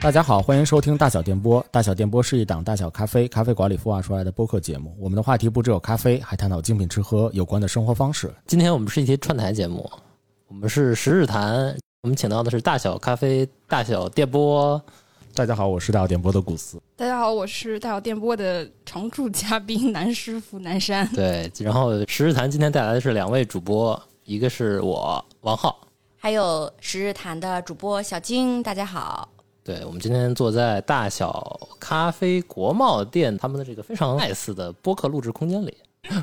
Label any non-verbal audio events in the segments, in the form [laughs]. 大家好，欢迎收听大小电波。大小电波是一档大小咖啡咖啡馆里孵化出啊来的播客节目。我们的话题不只有咖啡，还探讨精品吃喝有关的生活方式。今天我们是一期串台节目，我们是十日谈，我们请到的是大小咖啡、大小电波。大家好，我是大小电波的古斯。大家好，我是大小电波的常驻嘉宾南师傅南山。对，然后十日谈今天带来的是两位主播，一个是我王浩，还有十日谈的主播小金，大家好。对，我们今天坐在大小咖啡国贸店他们的这个非常 nice 的播客录制空间里，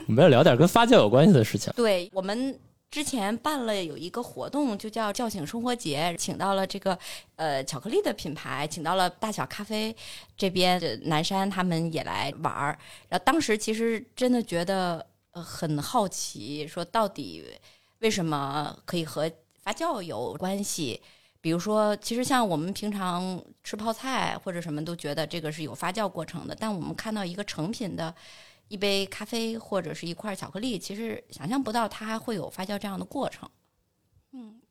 我们要聊点跟发酵有关系的事情。对我们之前办了有一个活动，就叫“叫醒生活节”，请到了这个呃巧克力的品牌，请到了大小咖啡这边呃南山他们也来玩儿。然后当时其实真的觉得呃很好奇，说到底为什么可以和发酵有关系？比如说，其实像我们平常吃泡菜或者什么，都觉得这个是有发酵过程的，但我们看到一个成品的一杯咖啡或者是一块巧克力，其实想象不到它还会有发酵这样的过程。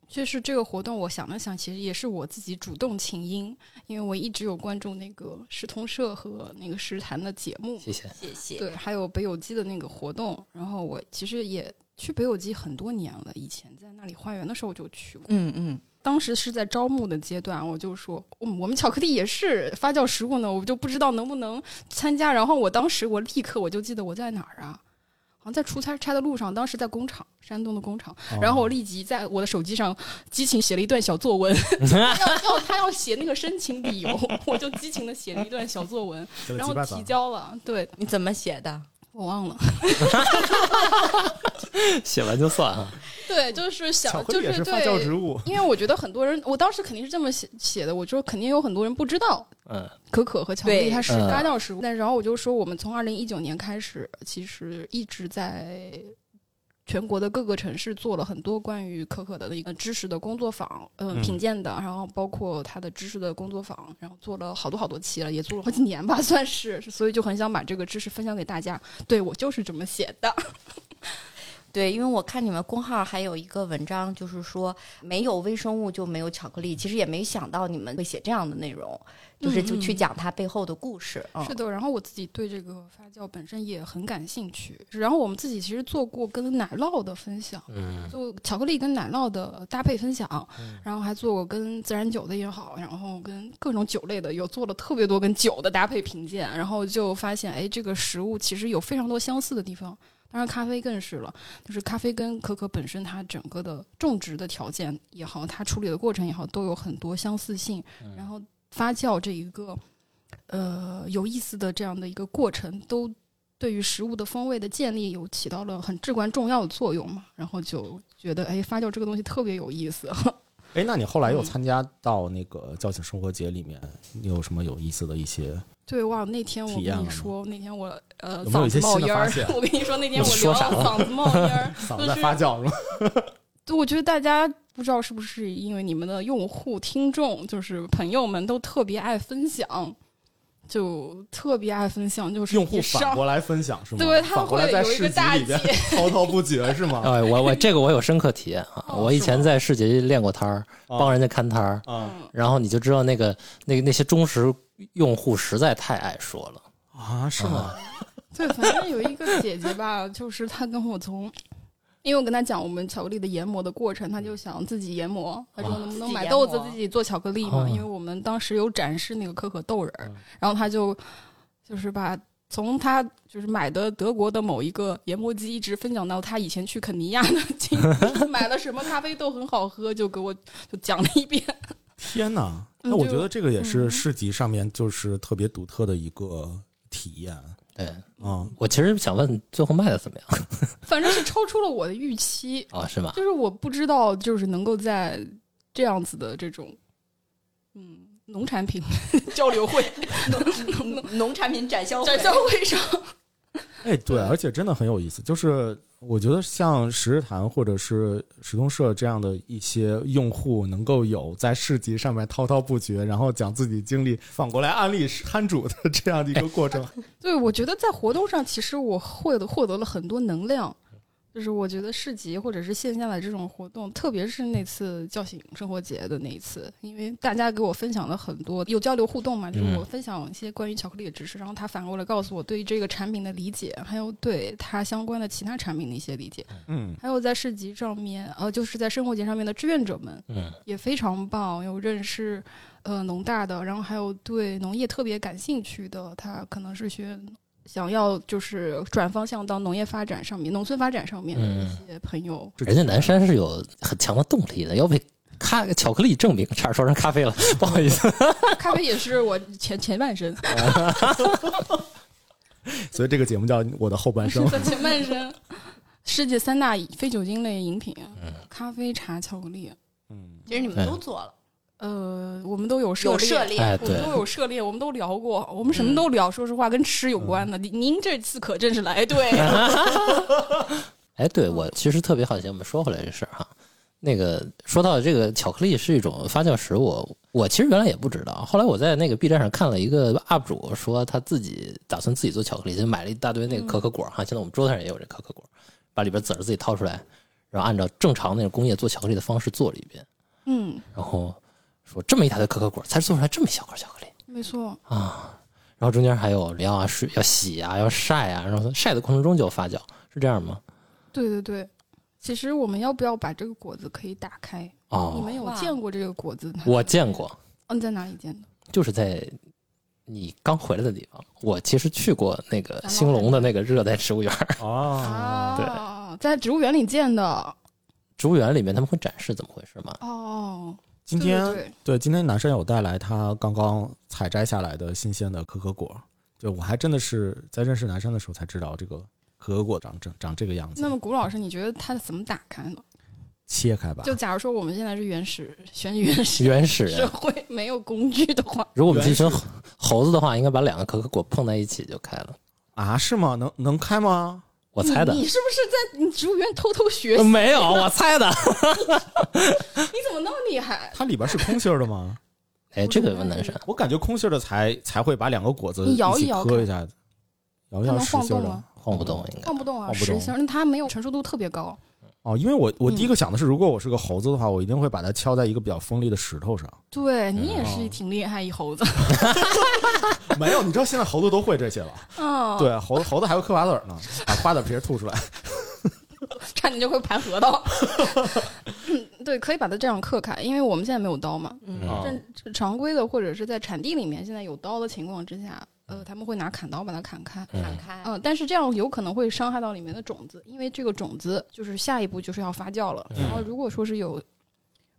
确实，这个活动我想了想，其实也是我自己主动请缨，因为我一直有关注那个食同社和那个食坛的节目，谢谢。谢谢。对，还有北有基的那个活动。然后我其实也去北有基很多年了，以前在那里花园的时候我就去过。嗯嗯，当时是在招募的阶段，我就说，嗯，我们巧克力也是发酵食物呢，我就不知道能不能参加。然后我当时我立刻我就记得我在哪儿啊，好像在出差差的路上，当时在工厂，山东的工厂。哦然后我立即在我的手机上激情写了一段小作 [laughs] 文，要要他要写那个申请理由，我就激情的写了一段小作文，这个然鸡后巴早提交了。对你怎么写的？我 [laughs] 忘了，写完就算啊，对，就是巧想克就力也是发酵对植，物。因为我觉得很多人，我当时肯定是这么写写的，我说肯定有很多人不知道。嗯，可可和巧克力对它是嗯干燥食物，但然后我就说，我们从二零一九年开始，其实一直在全国的各个城市做了很多关于可可的一个知识的工作坊，呃嗯，品鉴的，然后包括它的知识的工作坊，然后做了好多好多期了，也做了好几年吧， [laughs] 算是，所以就很想把这个知识分享给大家。对我就是这么写的，对，因为我看你们公号还有一个文章，就是说没有微生物就没有巧克力。其实也没想到你们会写这样的内容，就是就去嗯嗯讲它背后的故事。嗯是的，然后我自己对这个发酵本身也很感兴趣，然后我们自己其实做过跟奶酪的分享，嗯，就巧克力跟奶酪的搭配分享，然后还做过跟自然酒的也好，然后跟各种酒类的有做了特别多跟酒的搭配评鉴，然后就发现哎，这个食物其实有非常多相似的地方。当然，咖啡更是了，就是咖啡跟可可本身它整个的种植的条件也好，它处理的过程也好，都有很多相似性。然后发酵这一个呃有意思的这样的一个过程，都对于食物的风味的建立有起到了很至关重要的作用嘛。然后就觉得，哎，发酵这个东西特别有意思。 [laughs] 哎，那你后来又参加到那个叫醒生活节里面，你有什么有意思的一些？对，哇，那天我体验跟了你吗说，那天我呃有没有嗓一些子冒新的烟发儿现，我跟你说那 [laughs] 天我说聊啥了嗓子冒烟儿，嗓就子在是发酵是吗？对，我觉得大家不知道是不是因为你们的用户、听众，就是朋友们都特别爱分享，就特别爱分享，就是用户一反上过来分享是吗？对他反们过会来在有一市个集大里姐边 [laughs] 滔滔不绝是吗？哎，我我这个我有深刻体验啊，哦我以是前吗嗯在市集练过摊儿，帮人家看摊儿， [laughs] 啊然后你就知道那个那个那些忠实用户实在太爱说了，啊是吗？ [laughs] 对，反正有一个姐姐吧，就是她跟我从，因为我跟她讲我们巧克力的研磨的过程，她就想自己研磨，她说能不能买豆子自己研磨自己做巧克力嘛？哦因为我们当时有展示那个可可豆仁儿，然后她就就是把。从她就是买的德国的某一个研磨机，一直分享到她以前去肯尼亚的经历， [laughs] 买了什么咖啡豆很好喝，就给我就讲了一遍。天哪！嗯那我就觉得这个也是嗯市集上面就是特别独特的一个体验对啊。我其实想问，最后卖的怎么样反正是超出了我的预期，啊？是吗？就是我不知道，就是能够在这样子的这种，嗯，农产品交流会、农农产品展销展销会上， [laughs] 哎，对，而且真的很有意思。就是我觉得像十日谈或者是石通社这样的一些用户，能够有在市集上面滔滔不绝，然后讲自己经历，反过来安利摊主的这哎样的一个过程。对我觉得在活动上，其实我获得获得了很多能量。就是我觉得市集或者是线下的这种活动，特别是那次叫醒生活节的那一次，因为大家给我分享了很多有交流互动嘛，就是嗯我分享一些关于巧克力的知识，然后他反过来告诉我对于这个产品的理解，还有对它相关的其他产品的一些理解，嗯，还有在市集上面，呃，就是在生活节上面的志愿者们，嗯也非常棒，有认识呃农大的，然后还有对农业特别感兴趣的，他可能是学想要就是转方向到农业发展上面、农村发展上面的嗯一些朋友。人家南山是有很强的动力的，要被咖巧克力证明，差点说成咖啡了，不好意思。咖啡也是我前前半生，。所以这个节目叫《我的后半生》[laughs] 前半生。世界三大非酒精类饮品，咖啡、茶、巧克力。嗯，其实你们都做了，呃，我们都有涉有猎，涉猎，哎，我们对，都有涉猎，我们都聊过，我们什嗯么都聊。说实话，跟吃有关的。您您这次可真是来 [laughs] 对了。哎，对嗯我其实特别好奇，我们说回来这事儿哈。那个说到这个巧克力是一种发酵食物，我其实原来也不知道，后来我在那个 B 站上看了一个 UP 主说他自己打算自己做巧克力，就买了一大堆那个可嗯可果儿哈，现在我们桌子上也有这可可果儿，把里边籽儿自己掏出来，然后按照正常那种工业做巧克力的方式做了一遍，嗯，然后说这么一大堆可可果儿才做出来这么一小块巧克力。没错。啊，然后中间还有要啊水要洗啊要晒啊，然后晒的过程中就发酵，是这样吗？对对对，其实我们要不要把这个果子可以打开？你哦，们有哇见过这个果子吗？我见过，嗯，在哪里见的？就是在你刚回来的地方，我其实去过那个咱们兴隆的那个热带植物园儿， [laughs] 哦，啊，在植物园里见的。植物园里面他们会展示怎么回事吗？哦，今天对对对对，今天南山有带来他刚刚采摘下来的新鲜的可可果。对我还真的是在认识南山的时候才知道，这个可可果长这长这个样子。那么古老师，你觉得它怎么打开呢？切开吧，就假如说我们现在是原始、全原始原始社人，会，没有工具的话，如果我们是一群猴猴子的话，应该把两个可可果碰在一起就开了，啊？是吗？能能开吗？我猜的嗯你。你是不是在你植物园偷偷学习？没有，我猜 [laughs] 的。你怎么那么厉害？它里边是空心儿的吗？哎，这个问南山，我感觉空心儿的才才会把两个果子你摇一一起摇磕一下子，摇一它摇能实晃心儿动的吗？晃不动应该。晃不动啊，晃不动实心儿，那它没有成熟度特别高。哦，因为我我嗯第一个想的是，如果我是个猴子的话，我一定会把它敲在一个比较锋利的石头上。对你也哦是挺厉害一猴子，没有，你知道现在猴子都会这些了。嗯，对，啊猴子猴子还会嗑瓜子儿呢，把瓜子皮儿吐出来。差点就会盘核桃。嗯 [laughs] 对，可以把它这样刻开，因为我们现在没有刀嘛。嗯啊正常规的或者是在产地里面，现在有刀的情况之下，呃，他们会拿砍刀把它砍开。砍开，嗯、但是这样有可能会伤害到里面的种子，因为这个种子就是下一步就是要发酵了。然后如果说是有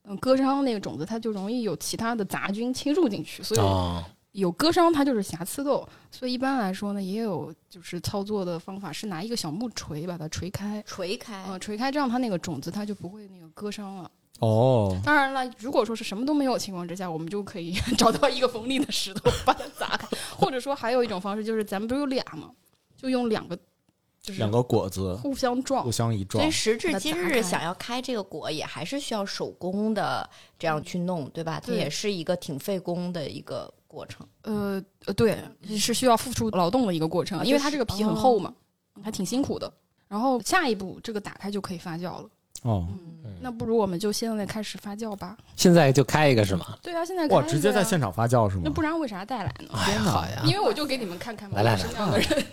嗯割伤那个种子，它就容易有其他的杂菌侵入进去，所以哦，有割伤，它就是瑕疵豆。所以一般来说呢，也有就是操作的方法是拿一个小木锤把它锤开，锤哎开，呃，锤开这样它那个种子它就不会那个割伤了。哦，当然了，如果说是什么都没有情况之下，我们就可以 [laughs] 找到一个锋利的石头把它砸开，或者说还有一种方式就是咱们不是有俩吗？就用两个，就是两个果子互相撞互。相一所撞以，时把至它今砸日，开想要开这个果，也还是需要手工的这样去弄，嗯对吧？它对也是一个挺费工的一个过程。呃呃，对，是需要付出劳动的一个过啊程，因为它这个皮很嗯厚嘛，还挺辛苦的。然后下一步这个打开就可以发酵了。哦，那不如我们就现在开始发酵吧。现在就开一个是吗？对啊，现在哇，开直接着在呀现场发酵是那吗？不然为啥带来呢？哎呀，好呀因，为我就给你们看看嘛，来来我是这样啊的人，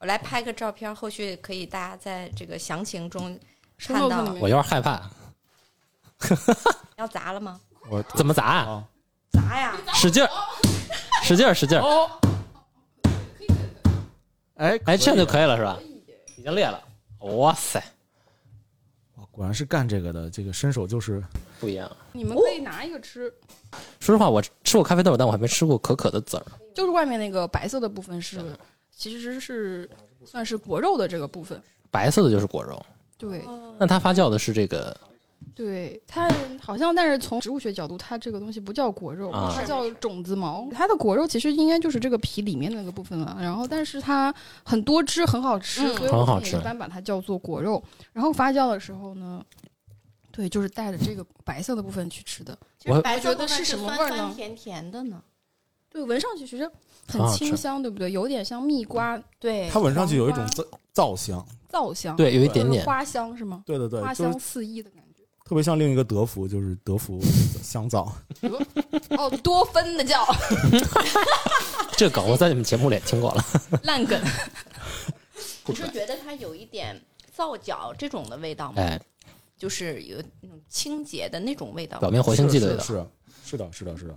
我来拍个照片，后续可以大家在这个详情中生豆看到子里了我有面点害怕，要砸了吗？我怎么砸啊？啊？砸呀！使劲儿，使劲儿，使劲儿！哦，哎哎，这样就以可以了是吧？已经裂了，哇塞，了，果然是干这个的，这个伸手就是不一样。你们可以拿一个吃，说实话，我吃过咖啡豆，但我还没吃过可可的籽儿。就是外面那个白色的部分是，其实是算是果肉的这个部分。哦白色的就是果肉，对嗯那它发酵的是这个对，它好像，但是从植物学角度，它这个东西不叫果肉，啊它叫种子毛。它的果肉其实应该就是这个皮里面的那个部分了。然后，但是它很多汁，很好吃，嗯所以很我好们也吃一般把它叫做果肉。然后发酵的时候呢，对，就是带着这个白色的部分去吃的。我白觉得是什么味儿呢甜甜的呢？对，闻上去其实很很好吃清香，对不对？有点像蜜瓜，对它，闻上去有一种黄皂皂香，皂香，对，有一对点点，哦花香是吗？对对对，花就是香四溢的感觉。特别像另一个德芙，就是德 [laughs] 芙香皂。哦，多芬的 [laughs] 叫这梗我在你们节目里也听过了。烂梗。不你出是来觉得它有一点皂角这种的味道吗？哎，就是有那种清洁的那种味道吗。表面 [laughs] 活性剂的味道，是是是的，是的，是的。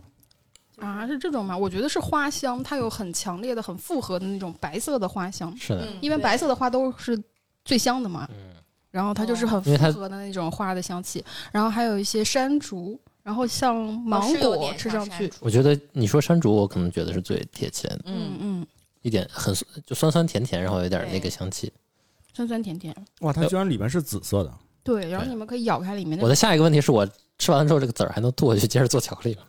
啊，是这种吗？我觉得是花香，它有很强烈的、很复合的那种白色的花香，是的，嗯，因为对白色的花都是最香的嘛。嗯然后它就是很因为复它合的那种花的香气，然后还有一些山竹，然后像芒是有果点吃像上山去，竹我觉得你说山竹，我可能觉得是最贴切的，嗯嗯，嗯，一点很酸就酸酸甜甜，然后有点那个香气。酸酸甜甜。哇，呃它居然里面是紫色的， [laughs] 对，然后对你们可以咬开里面我的，的下一个问题是我吃完了之后，这个籽儿还能吐下去接着做巧克力吗？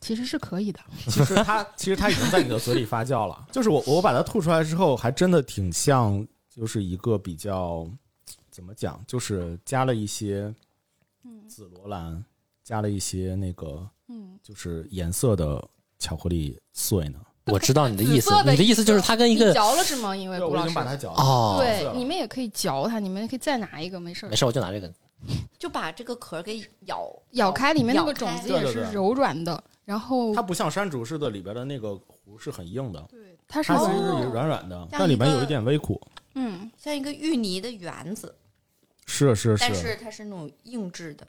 其实是可以的。其实它其实它已经在你的嘴里发酵了。就是我我把它吐出来之后，还真的挺像，就是一个比较怎么讲，就是加了一些嗯紫罗兰，加了一些那个嗯，就是颜色的巧克力碎呢。我知道你的意思紫色，的你的意思就是它跟一你个嚼了是吗？因为对，古我已老经师把，它搅了。哦，是啊对，你们也可以嚼它，你们可以再拿一个，没事儿没。事，我就拿这个。就把这个壳给咬咬开里面那个咬种开子对也对是对柔软的，然后它不像山竹似的，里边的那个核是很硬的，对，它是它有其实哦是软软的，像但里面一个有一点微苦。嗯，像一个芋泥的圆子，是是但是它是那种硬质的，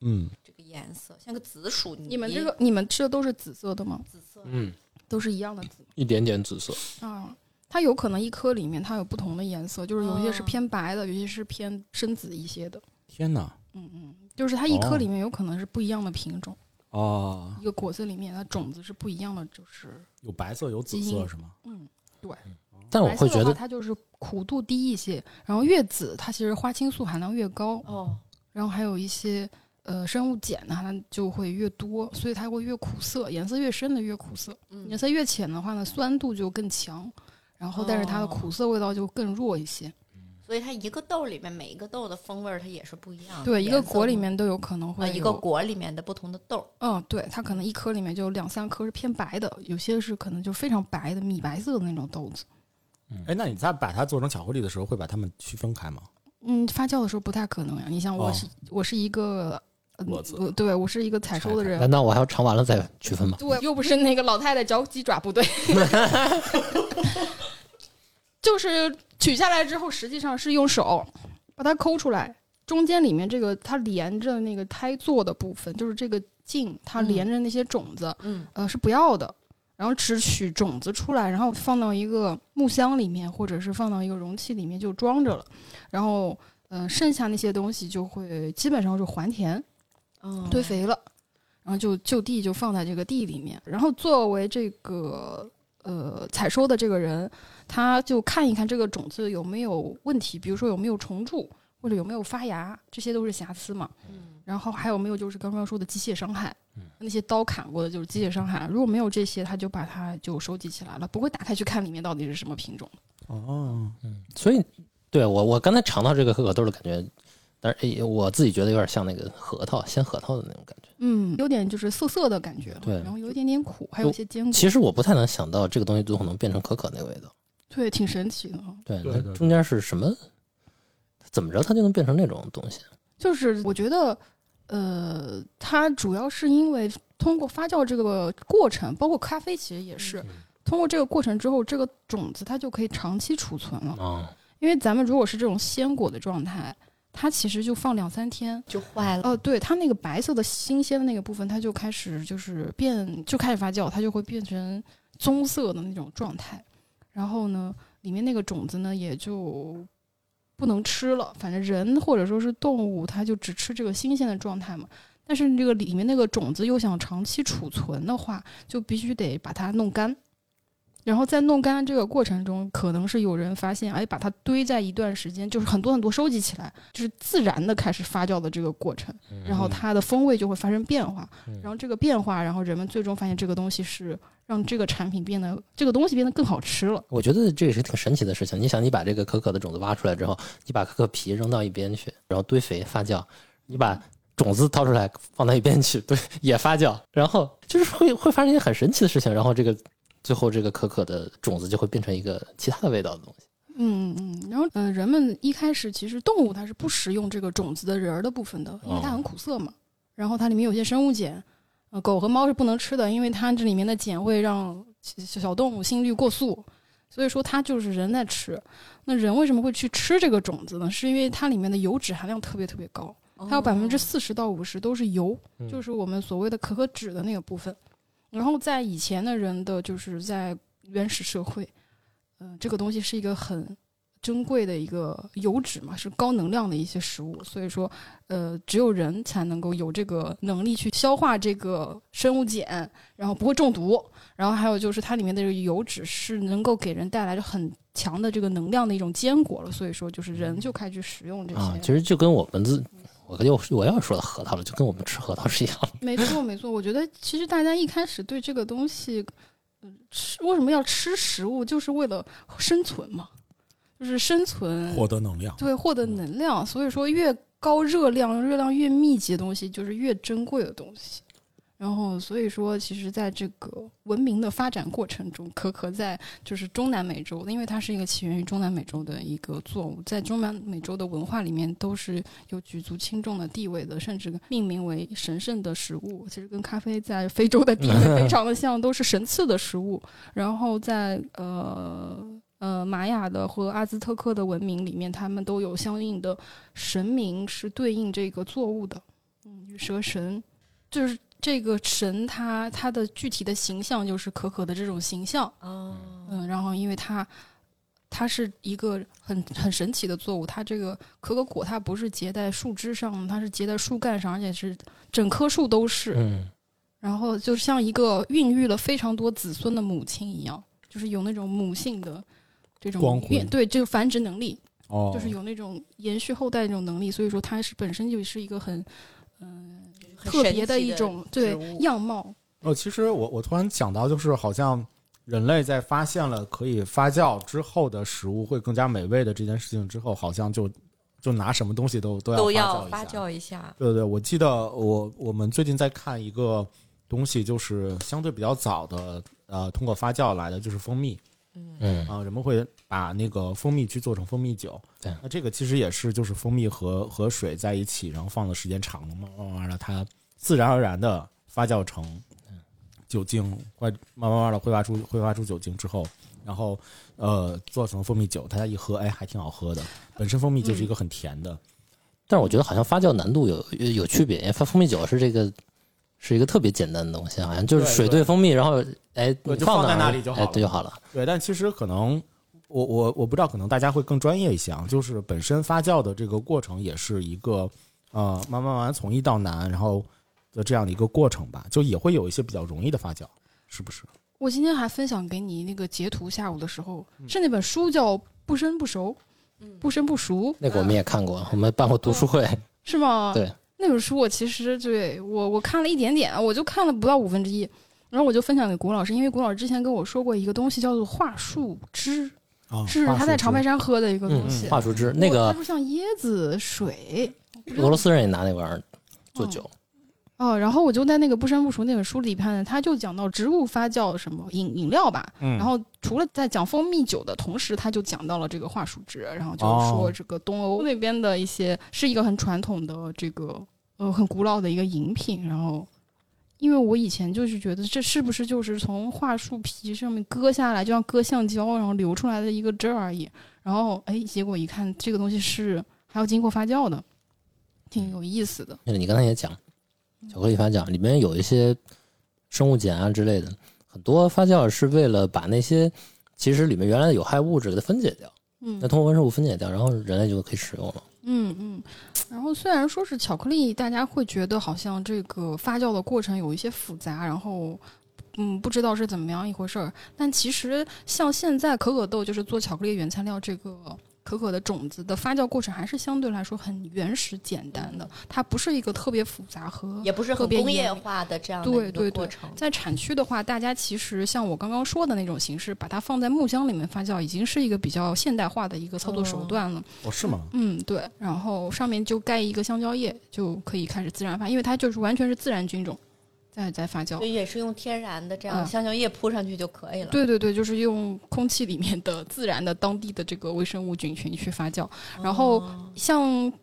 嗯，这个颜色像个紫薯泥。你们这个你们吃的都是紫色的吗？紫色，嗯，都是一样的紫一点点紫色。啊。它有可能一颗里面它有不同的颜色，就是有些是哦偏白的，有些是偏深紫一些的。天哪！嗯嗯，就是它一颗哦里面有可能是不一样的品种，哦，一个果子里面它种子是不一样的，就是有白色有紫基色因是吗？嗯，但我白色会的觉话得，它就是苦度低一些，然后越紫它其实花青素含量越高，哦，然后还有一些呃生物碱呢，它就会越多，所以它会越苦涩，颜色越深的越苦涩，颜嗯，色越浅的话呢，酸度就更强，然后但是它的哦苦涩味道就更弱一些。所以它一个豆里面每一个豆的风味儿它也是不一样的。对，一个啊颜色果里不面都有可能啊，会有一个果里面的不同的豆儿，嗯，对，它可能一颗里面就有两三颗是偏白的，有些是可能就非常白的米白色的那种豆子。哎，那你在把它做成巧克力的时候，会把它们区分开吗？嗯，发酵的时候不太可能呀。你像我哦是、我是一个，嗯果子我对我是一个采收的人，难道我还要尝完了再区分吗？对，又不是那个老太太嚼鸡爪部队，就是取下来之后，实际上是用手把它抠出来，中间里面这个它连着那个胎座的部分，就是这个茎，它嗯连着那些种子，嗯，呃，是不要的。然后只取种子出来，然后放到一个木箱里面，或者是放到一个容器里面就装着了。然后，呃，剩下那些东西就会基本上是还田，嗯哦堆肥了，然后就就地就放在这个地里面。然后作为这个呃采收的这个人，他就看一看这个种子有没有问题，比如说有没有虫蛀或者有没有发芽，这些都是瑕疵嘛。嗯，然后还有没有就是刚刚说的机械伤害，嗯那些刀砍过的就是机械伤害。如果没有这些，他就把它就收集起来了，不会打开去看里面到底是什么品种。哦，所以，对我我刚才尝到这个可可豆的感觉，但是哎我自己觉得有点像那个核桃鲜核桃的那种感觉。嗯，有点就是涩涩的感觉，对然后有一点点苦，还有一些坚果，其实我不太能想到这个东西最后能变成可可那个味道。对，挺神奇的啊。对，对那对中间是什么？怎么着它就能变成那种东西？就是我觉得，呃，它主要是因为通过发酵这个过程，包括咖啡其实也是嗯通过这个过程之后，这个种子它就可以长期储存了。嗯啊，因为咱们如果是这种鲜果的状态，它其实就放两三天。就坏了。哦、对，它那个白色的新鲜的那个部分，它就开始就是变，就开始发酵，它就会变成棕色的那种状态。然后呢，里面那个种子呢也就不能吃了，反正人或者说是动物，它就只吃这个新鲜的状态嘛。但是这个里面那个种子又想长期储存的话，就必须得把它弄干。然后在弄干这个过程中，可能是有人发现，哎，把它堆在一段时间，就是很多很多收集起来，就是自然的开始发酵的这个过程，然后它的风味就会发生变化，嗯然后这个变化，然后人们最终发现这个东西是让这个产品变得这个东西变得更好吃了。我觉得这也是挺神奇的事情。你想，你把这个可可的种子挖出来之后，你把可可皮扔到一边去，然后堆肥发酵；你把种子掏出来放到一边去，对，也发酵。然后就是会会发生一些很神奇的事情。然后这个最后这个可可的种子就会变成一个其他的味道的东西。嗯嗯，然后嗯、呃人们一开始其实动物它是不食用这个种子的仁儿的部分的，因为它很苦涩嘛。然后它里面有些生物碱，呃，狗和猫是不能吃的，因为它这里面的碱会让小小动物心率过速，所以说它就是人在吃。那人为什么会去吃这个种子呢？是因为它里面的油脂含量特别特别高，哦它有百分之四十到五十都是油，嗯就是我们所谓的可可脂的那个部分。然后在以前的人的，就是在原始社会，呃，这个东西是一个很珍贵的一个油脂嘛，是高能量的一些食物，所以说，呃，只有人才能够有这个能力去消化这个生物碱，然后不会中毒。然后还有就是它里面的这个油脂是能够给人带来很强的这个能量的一种坚果了，所以说就是人就开始食用这些。啊，其实就跟我们自我又我要说到核桃了，就跟我们吃核桃是一样的。没错，没错。我觉得其实大家一开始对这个东西，嗯吃为什么要吃食物，就是为了生存嘛，就是生存，嗯获得能量。对，获得能量。所以说，越高热量、热量越密集的东西，就是越珍贵的东西。然后，所以说，其实在这个文明的发展过程中，可可在就是中南美洲，因为它是一个起源于中南美洲的一个作物，在中南美洲的文化里面都是有举足轻重的地位的，甚至命名为神圣的食物。其实跟咖啡在非洲的地位非常的像，都是神赐的食物。然后在呃呃玛雅的和阿兹特克的文明里面，他们都有相应的神明是对应这个作物的，嗯，羽蛇神，就是这个神它它的具体的形象就是可可的这种形象，哦，嗯，然后因为它它是一个很很神奇的作物，它这个可可果它不是结在树枝上，它是结在树干上，而且是整棵树都是，嗯，然后就像一个孕育了非常多子孙的母亲一样，就是有那种母性的这种光辉孕对这个繁殖能力，哦，就是有那种延续后代这种能力，所以说它是本身就是一个很嗯、很特神别的奇一种植对物样貌，哦，其实我我突然想到，就是好像人类在发现了可以发酵之后的食物会更加美味的这件事情之后，好像就就拿什么东西都都都要要发发酵一下。酵一下，对对对，我记得我我们最近在看一个东西，就是相对比较早的，呃，通过发酵来的，就是蜂蜜。嗯啊，人们会把那个蜂蜜去做成蜂蜜酒。对那这个其实也是就是蜂蜜和和水在一起，然后放的时间长了，慢慢慢慢的它自然而然的发酵成酒精，会慢慢慢的挥发出挥发出酒精之后。然后，呃，做成蜂蜜酒，大家一喝，哎，还挺好喝的。本身蜂蜜就是一个很甜的，但是我觉得好像发酵难度有有有区别，因为发蜂蜜酒是这个是一个特别简单的东西，好像就是对水对兑蜂蜜，然后哎对你就放放在哪那儿里就好哎了对就好了。对。但其实可能，我我我不知道，可能大家会更专业一些啊。就是本身发酵的这个过程也是一个，呃，慢慢慢慢从易到难，然后的这样的一个过程吧，就也会有一些比较容易的发酵，是不是？我今天还分享给你那个截图，下午的时候、嗯是那本书叫《不生不熟》，嗯不生不熟，那个我们也看过，我们办过读书会， [laughs] 是吗？对，那本书我其实对我我看了一点点，我就看了不到五分之一，然后我就分享给古老师，因为古老师之前跟我说过一个东西叫做桦树汁，哦啊是他在长白山喝的一个东西。嗯，桦树汁，那我个他说像椰子水俄罗斯人也拿那玩意儿做酒，哦，然后我就在那个不生不熟那本书里看，他就讲到植物发酵什么饮饮料吧，嗯然后除了在讲蜂蜜酒的同时，他就讲到了这个桦树汁，然后就是哦说这个东欧那边的一些是一个很传统的这个呃很古老的一个饮品。然后，因为我以前就是觉得这是不是就是从桦树皮上面割下来，就像割橡胶，然后流出来的一个汁儿而已。然后哎，结果一看这个东西是还要经过发酵的，嗯挺有意思的。就是你刚才也讲，巧克力发酵里面有一些生物碱啊之类的，很多发酵是为了把那些其实里面原来的有害物质给它分解掉，嗯那通过微生物分解掉，然后人类就可以使用了。嗯嗯，然后虽然说是巧克力，大家会觉得好像这个发酵的过程有一些复杂，然后嗯不知道是怎么样一回事儿。但其实像现在可可豆就是做巧克力原材料这个可可的种子的发酵过程，还是相对来说很原始简单的，它不是一个特别复杂和也不是嗯特很别工业严化的这样的对一个对过对程。在产区的话，大家其实像我刚刚说的那种形式，把它放在木箱里面发酵，已经是一个比较现代化的一个操作手哦段了。哦，是吗？嗯，对，然后上面就盖一个香蕉叶，就可以开始自然发，因为它就是完全是自然菌种，再再发酵就。也是用天然的这样嗯香蕉叶铺上去就可以了。对对对，就是用空气里面的自然的当地的这个微生物菌群去发酵。哦，然后像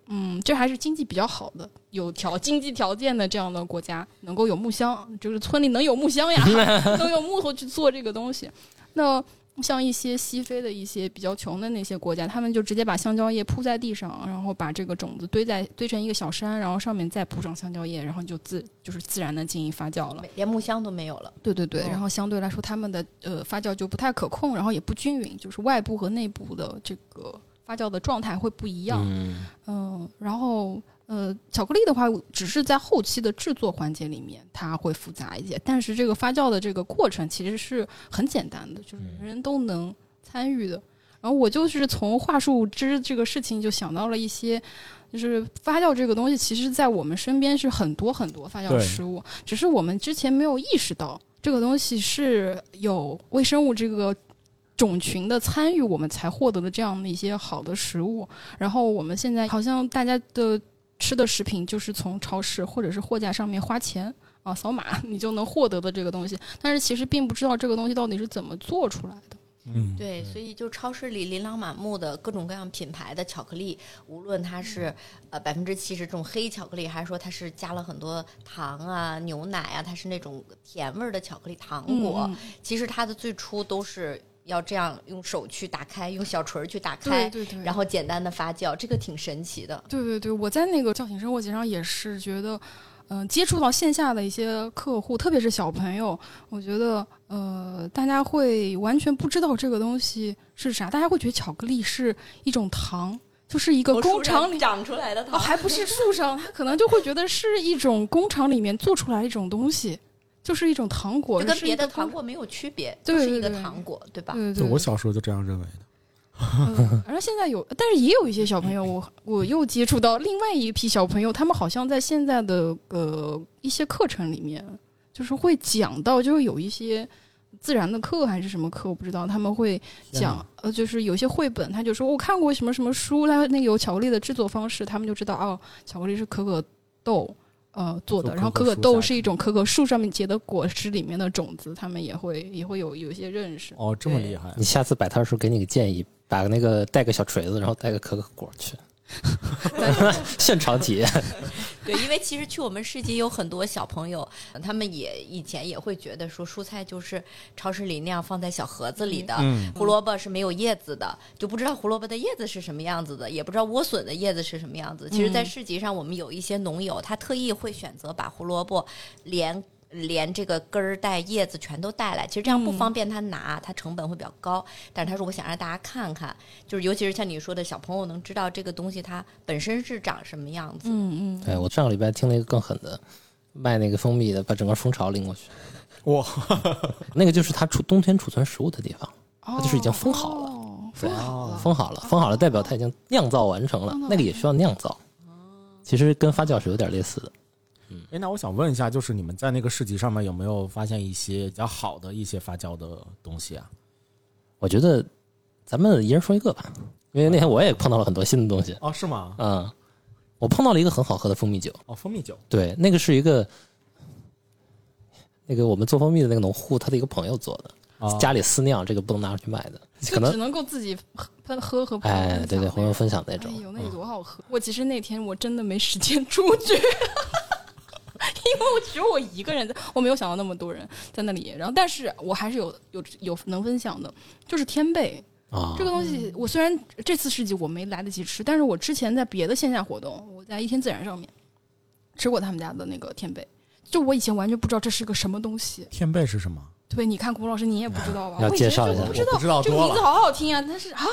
嗯，这还是经济比较好的、有条经济条件的这样的国家，能够有木箱，就是村里能有木 [laughs] 箱呀，能有木头去做这个东西。那像一些西非的一些比较穷的那些国家，他们就直接把香蕉叶铺在地上，然后把这个种子堆在堆成一个小山，然后上面再铺上香蕉叶，然后就自就是自然的进行发酵了。连木箱都没有了。对对对，哦然后相对来说，他们的呃发酵就不太可控，然后也不均匀，就是外部和内部的这个发酵的状态会不一样。嗯，嗯，然后呃，巧克力的话，只是在后期的制作环节里面，它会复杂一些，但是这个发酵的这个过程其实是很简单的，就是人人都能参与的。然后我就是从桦树枝这个事情就想到了一些，就是发酵这个东西，其实在我们身边是很多很多发酵对食物，只是我们之前没有意识到这个东西是有微生物这个种群的参与，我们才获得的这样的一些好的食物。然后我们现在好像大家的吃的食品就是从超市或者是货架上面花钱啊扫码， [laughs] 你就能获得的这个东西，但是其实并不知道这个东西到底是怎么做出来的。嗯，对，所以就超市里琳琅满目的各种各样品牌的巧克力，无论它是嗯呃百分之七十这种黑巧克力，还是说它是加了很多糖啊、牛奶啊，它是那种甜味儿的巧克力糖果，嗯，其实它的最初都是要这样用手去打开，用小锤儿去打对开，对对，然后简单的发酵，这个挺神奇的。对对对，我在那个叫醒生活节上也是觉得，嗯、接触到线下的一些客户，特别是小朋友，我觉得呃，大家会完全不知道这个东西是啥，大家会觉得巧克力是一种糖，就是一个从工树上厂里。长出来的哦，糖，还不是树上，他可能就会觉得是一种工厂里面做出来一种东西，就是一种糖果，就跟是一别的个工糖。果没有区别，对就是一个对对糖果，对吧？对对对对，我小时候就这样认为的。嗯，然后现在有，但是也有一些小朋友，我我又接触到另外一批小朋友，他们好像在现在的呃一些课程里面，就是会讲到，就是有一些自然的课还是什么课，我不知道，他们会讲，呃，就是有些绘本，他就说我看过什么什么书，它那个有巧克力的制作方式，他们就知道哦，巧克力是可可豆。呃，做的，做然后可可可可树豆下是一种可可树上面结的果实里面的种子，他们也会也会有有一些认识。哦，这么厉害你，下次摆摊儿时候给你个建议，把那个带个小锤子，然后带个可可果去， [laughs] 现场体验。对，因为其实去我们市集有很多小朋友，他们也以前也会觉得说蔬菜就是超市里那样放在小盒子里的，嗯，胡萝卜是没有叶子的，就不知道胡萝卜的叶子是什么样子的，也不知道莴笋的叶子是什么样子。其实，在市集上，我们有一些农友，他特意会选择把胡萝卜连。连这个根儿带叶子全都带来，其实这样不嗯方便他拿，他成本会比较高。但是他说我想让大家看看，就是尤其是像你说的小朋友能知道这个东西它本身是长什么样子。嗯嗯，对我上个礼拜听了一个更狠的，卖那个蜂蜜的，把整个蜂巢拎过去。哇， [laughs] 那个就是它储冬天储存食物的地方，它就是已经封好了了，对啊哦封好封好了，了，封好了代表它已经酿造完成了酿造，那个也需要酿造。其实跟发酵是有点类似的。哎，那我想问一下，就是你们在那个市集上面有没有发现一些比较好的一些发酵的东西啊？我觉得咱们一人说一个吧，因为那天我也碰到了很多新的东西。哦，是吗？嗯，我碰到了一个很好喝的蜂蜜酒，哦，蜂蜜酒，对，那个是一个那个我们做蜂蜜的那个农户他的一个朋友做的，哦家里私酿，这个不能拿出去卖的，可就只能能够自己喝喝和朋友分哎享，对对，朋友分享那那种嗯种。哎，呦，那有多好喝！我其实那天我真的没时间出去， [laughs] 因为我只有我一个人在，我没有想到那么多人在那里。然后，但是我还是有有有能分享的，就是天贝啊这个东西。我虽然这次市集我没来得及吃，但是我之前在别的线下活动，我在一天自然上面吃过他们家的那个天贝。就我以前完全不知道这是个什么东西，天贝是什么？对，你看古老师你也不知道吧？ [laughs] 要我以介前绍就一下不知我不知道道，这个多名字了好好听啊！但是啊，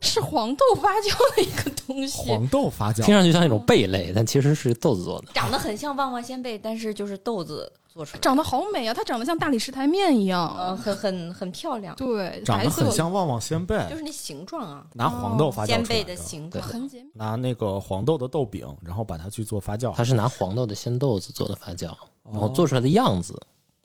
是黄豆发酵的一个东西。黄豆发酵听，上去像一种贝类，但其实是豆子做的。长得很像旺旺仙贝，但是就是豆子做出来的，长得好美啊！它长得像大理石台面一样，呃，很很很漂亮，对，长白得色很，像旺旺仙贝，就是那形状啊，拿黄豆发酵仙出来贝的形状。很简单。拿那个黄豆的豆饼，然后把它去做发酵它。是拿黄豆的鲜豆子做的发酵，然后做出来的样子，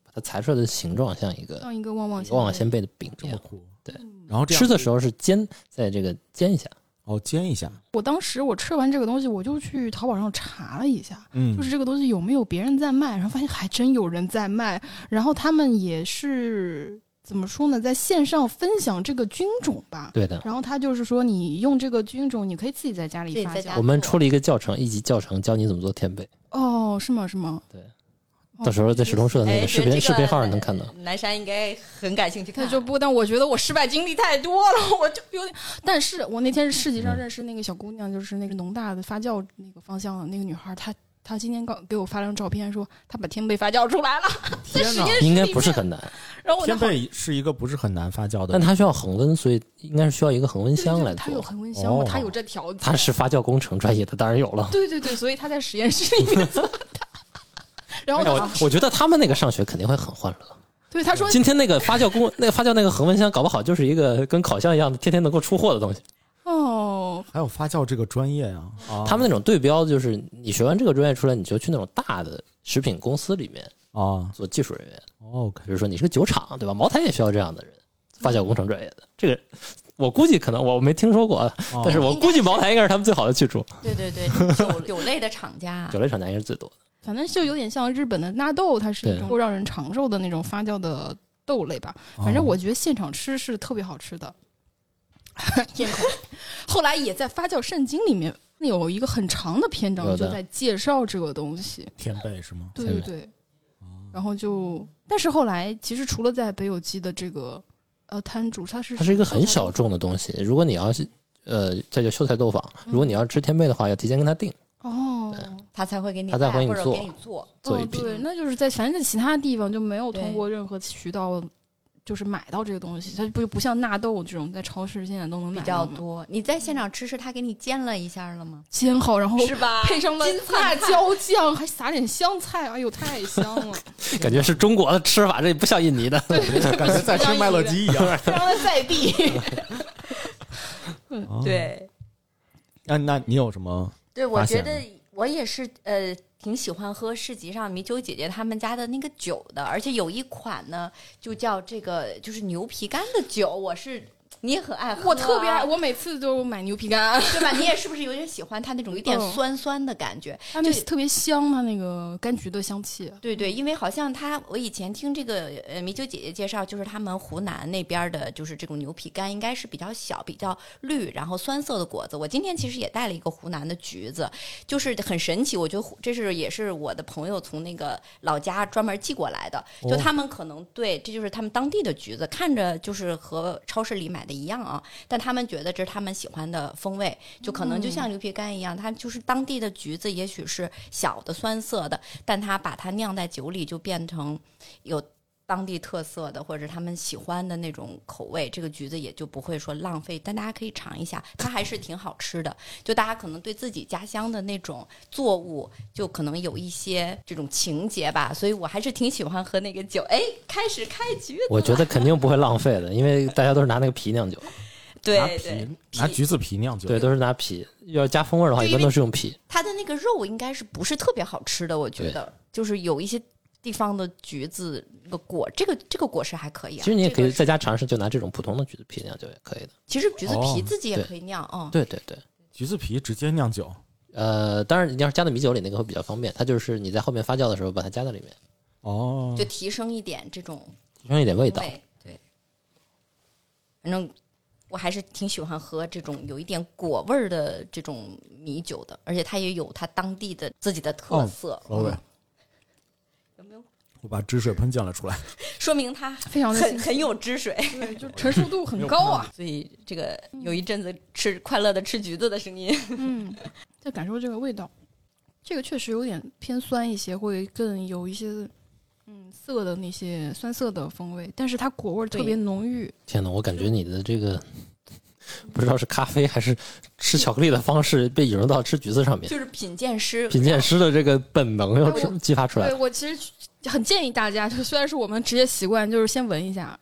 把它裁出来的形状像一个像一个旺旺旺旺仙贝。贝的饼这一么样。酷，对，然后这样吃的时候是煎，在这个煎一下，哦，煎一下，我当时我吃完这个东西，我就去淘宝上查了一下，嗯就是这个东西有没有别人在卖，然后发现还真有人在卖，然后他们也是怎么说呢，在线上分享这个菌种吧。对的，然后他就是说，你用这个菌种，你可以自己在家自里己发在酵家。我们出了一个教程，一级教程教你怎么做天贝，哦，是吗？是吗？对哦。到时候在史通社那哎个视这频个视频号上能看到。南山应该很感兴趣看，那就不，但我觉得我失败经历太多了，我就有点。但是我那天是市集嗯上认识那个小姑娘，就是那个农大的发酵那个方向的那个女孩，她她今天刚给我发张照片，说她把天贝发酵出来了，在天实哪！验室应该里不是面。很难，然后我就天好贝是一个不是很难发酵的但，它需要恒温，所以应该是需要一个恒温对对箱对来她有做。恒温箱嘛，哦她有这条件。它是发酵工程专业的，当然有了。对对对，所以她在实验室里面做的。 [laughs] 然后哎呀她我我觉得他们那个上学肯定会很欢乐。对她说今天那个发酵工，那个发酵那个恒温箱，搞不好就是一个跟烤箱一样的，天天能够出货的东西。哦，还有发酵这个专业呀、啊，他们那种对标就是，你学完这个专业出来，你就去那种大的食品公司里面啊做技术人员。 ，OK，比如说你是个酒厂，对吧？茅台也需要这样的人，发酵工程专业的。这个我估计可能我没听说过，啊哦 [laughs] 但是我估计茅台应该是他们最好的去处，对对 [laughs] 对，酒酒类的厂家酒类厂家应该是最多的。反正就有点像日本的纳豆，它是一对种让人长寿的那种发酵的豆类吧。哦反哦正我觉得现场吃是特别好吃的。 [laughs] 咽口水后来也在发酵圣经里面有一个很长的篇章，有的就在介绍这个东西。天贝是吗？对天对对，然后就，但是后来其实除了在北有基的这个呃摊主，他是它是一个很小众的东西，如果你要是呃，这就秀才豆坊，如果你要吃天贝的话，要提前跟他嗯订哦他才会给你他才带会给你或者做给你做。做一哦批。对，那就是在反正在其他地方就没有对通过任何渠道。就是买到这个东西，它不不像纳豆这种在超市现在都能比买较到嘛，多，你在现场吃是他给你煎了一下了吗？煎好然后是 [laughs] 吧？配上了金辣菜椒酱，还撒点香菜，哎呦，太香了！ [laughs] 感觉是中国的吃法，这不像印尼的。感觉在吃麦乐鸡一样。非常的在地。哦， [laughs] 对那那你有什么？对，我发觉现得我也是呃，挺喜欢喝市集上米酒姐姐他们家的那个酒的，而且有一款呢，就叫这个就是牛皮干的酒，我是你也很爱喝啊、我特别爱，我每次都买牛皮干，对吧？你也是不是有点喜欢它那种有点嗯酸酸的感觉？它那特别香，它那个柑橘的香气。对对，因为好像他，我以前听这个呃米酒姐姐介绍，就是他们湖南那边儿的，就是这种牛皮柑，应该是比较小、比较绿，然后酸涩的果子。我今天其实也带了一个湖南的橘子，就是很神奇。我觉得湖这是也是我的朋友从那个老家专门寄过来的，就哦他们可能对，这就是他们当地的橘子，看着就是和超市里买的一样啊，但他们觉得这是他们喜欢的风味，就可能就像牛皮干一样，它就是当地的橘子，也许是小的酸涩的，但它把它酿在酒里就变成有当地特色的或者他们喜欢的那种口味，这个橘子也就不会说浪费。但大家可以尝一下，它还是挺好吃的。就大家可能对自己家乡的那种作物，就可能有一些这种情节吧，所以我还是挺喜欢喝那个酒。哎，开始开局了，我觉得肯定不会浪费的，因为大家都是拿那个皮酿酒，对拿对，皮拿橘子皮酿酒，对，都是拿皮。要加风味儿的话，对一因为般都是用皮。它的那个肉应该是不是特别好吃的，我觉得就是有一些。地方的橘子那个果，这个这个果实还可以啊。其实你也这可以个是在家尝试，就拿这种普通的橘子皮酿酒也可以的。其实橘子皮哦自己也对可以酿啊。对对对，橘子皮直接酿酒。呃，当然你要是加到米酒里，那个会比较方便。它就是你在后面发酵的时候把它加到里面，哦就，提升一点这种提升一点味味道。对，反正我还是挺喜欢喝这种有一点果味儿的这种米酒的，而且它也有它当地的自己的特哦色。老伟嗯，有没有我把汁水喷溅了出来。说明它非常的很新很有汁水？ [laughs] 对，就成熟度很高啊。所以这个有一阵子吃快乐的吃橘子的声音，嗯，在感受这个味道，这个确实有点偏酸一些，会更有一些嗯涩的那些酸涩的风味，但是它果味儿特别浓郁。天呐，我感觉你的这个 [laughs] 不知道是咖啡还是吃巧克力的方式被引入到吃橘子上面，就是品鉴师品鉴师的这个本能哎又我是激发出来对了。我其实很建议大家，就虽然是我们职业习惯，就是先闻一下。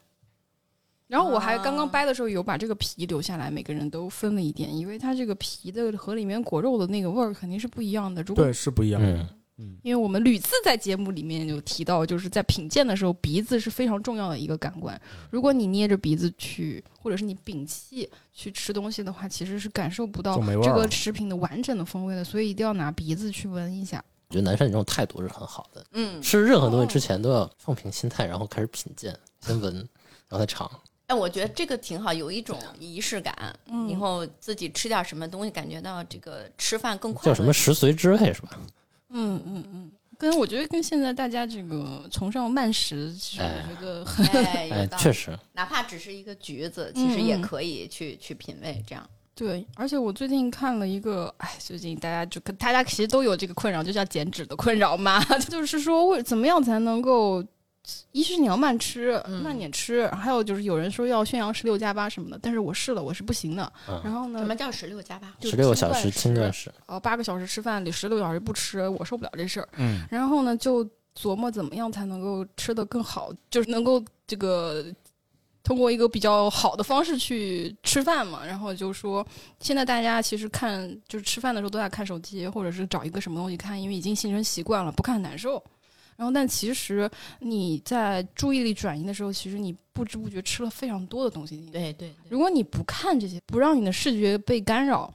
然后我还刚刚啊掰的时候有把这个皮留下来，每个人都分了一点，因为它这个皮的和里面果肉的那个味儿肯定是不一样的。如果对，是不一样。嗯，嗯因为我们屡次在节目里面有提到，就是在品鉴的时候，鼻子是非常重要的一个感官。如果你捏着鼻子去，或者是你屏气去吃东西的话，其实是感受不到就没味这儿了个食品的完整的风味的，所以一定要拿鼻子去闻一下。我觉得南山你这种态度是很好的，嗯，吃任何东西之前都要放平心态，然后开始品鉴，先闻，然后再尝。哎，我觉得这个挺好，有一种仪式感。嗯以后自己吃点什么东西，感觉到这个吃饭更快乐。叫什么？食髓知味是吧？嗯嗯嗯，跟我觉得跟现在大家这个崇尚慢食，其实哎我觉得很哎，哎有，道理确实，哪怕只是一个橘子，其实也嗯嗯可以去去品味这样。对，而且我最近看了一个，哎，最近大家就跟大家其实都有这个困扰，就叫减脂的困扰嘛， [laughs] 就是说为怎么样才能够，一是你要慢吃，嗯慢点吃，还有就是有人说要宣扬十六加八什么的，但是我试了，我是不行的。然嗯，后呢什，么叫十六加八？就十六轻小时断轻断食，食，哦，八个小时吃饭里十六小时不吃，我受不了这事儿。嗯，然后呢，就琢磨怎么样才能够吃得更好，就是能够这个通过一个比较好的方式去吃饭嘛。然后就说，现在大家其实看就是吃饭的时候都在看手机，或者是找一个什么东西看，因为已经形成习惯了，不看难受。然后，但其实你在注意力转移的时候，其实你不知不觉吃了非常多的东西。对对对如果你不看这些，不让你的视觉被干扰，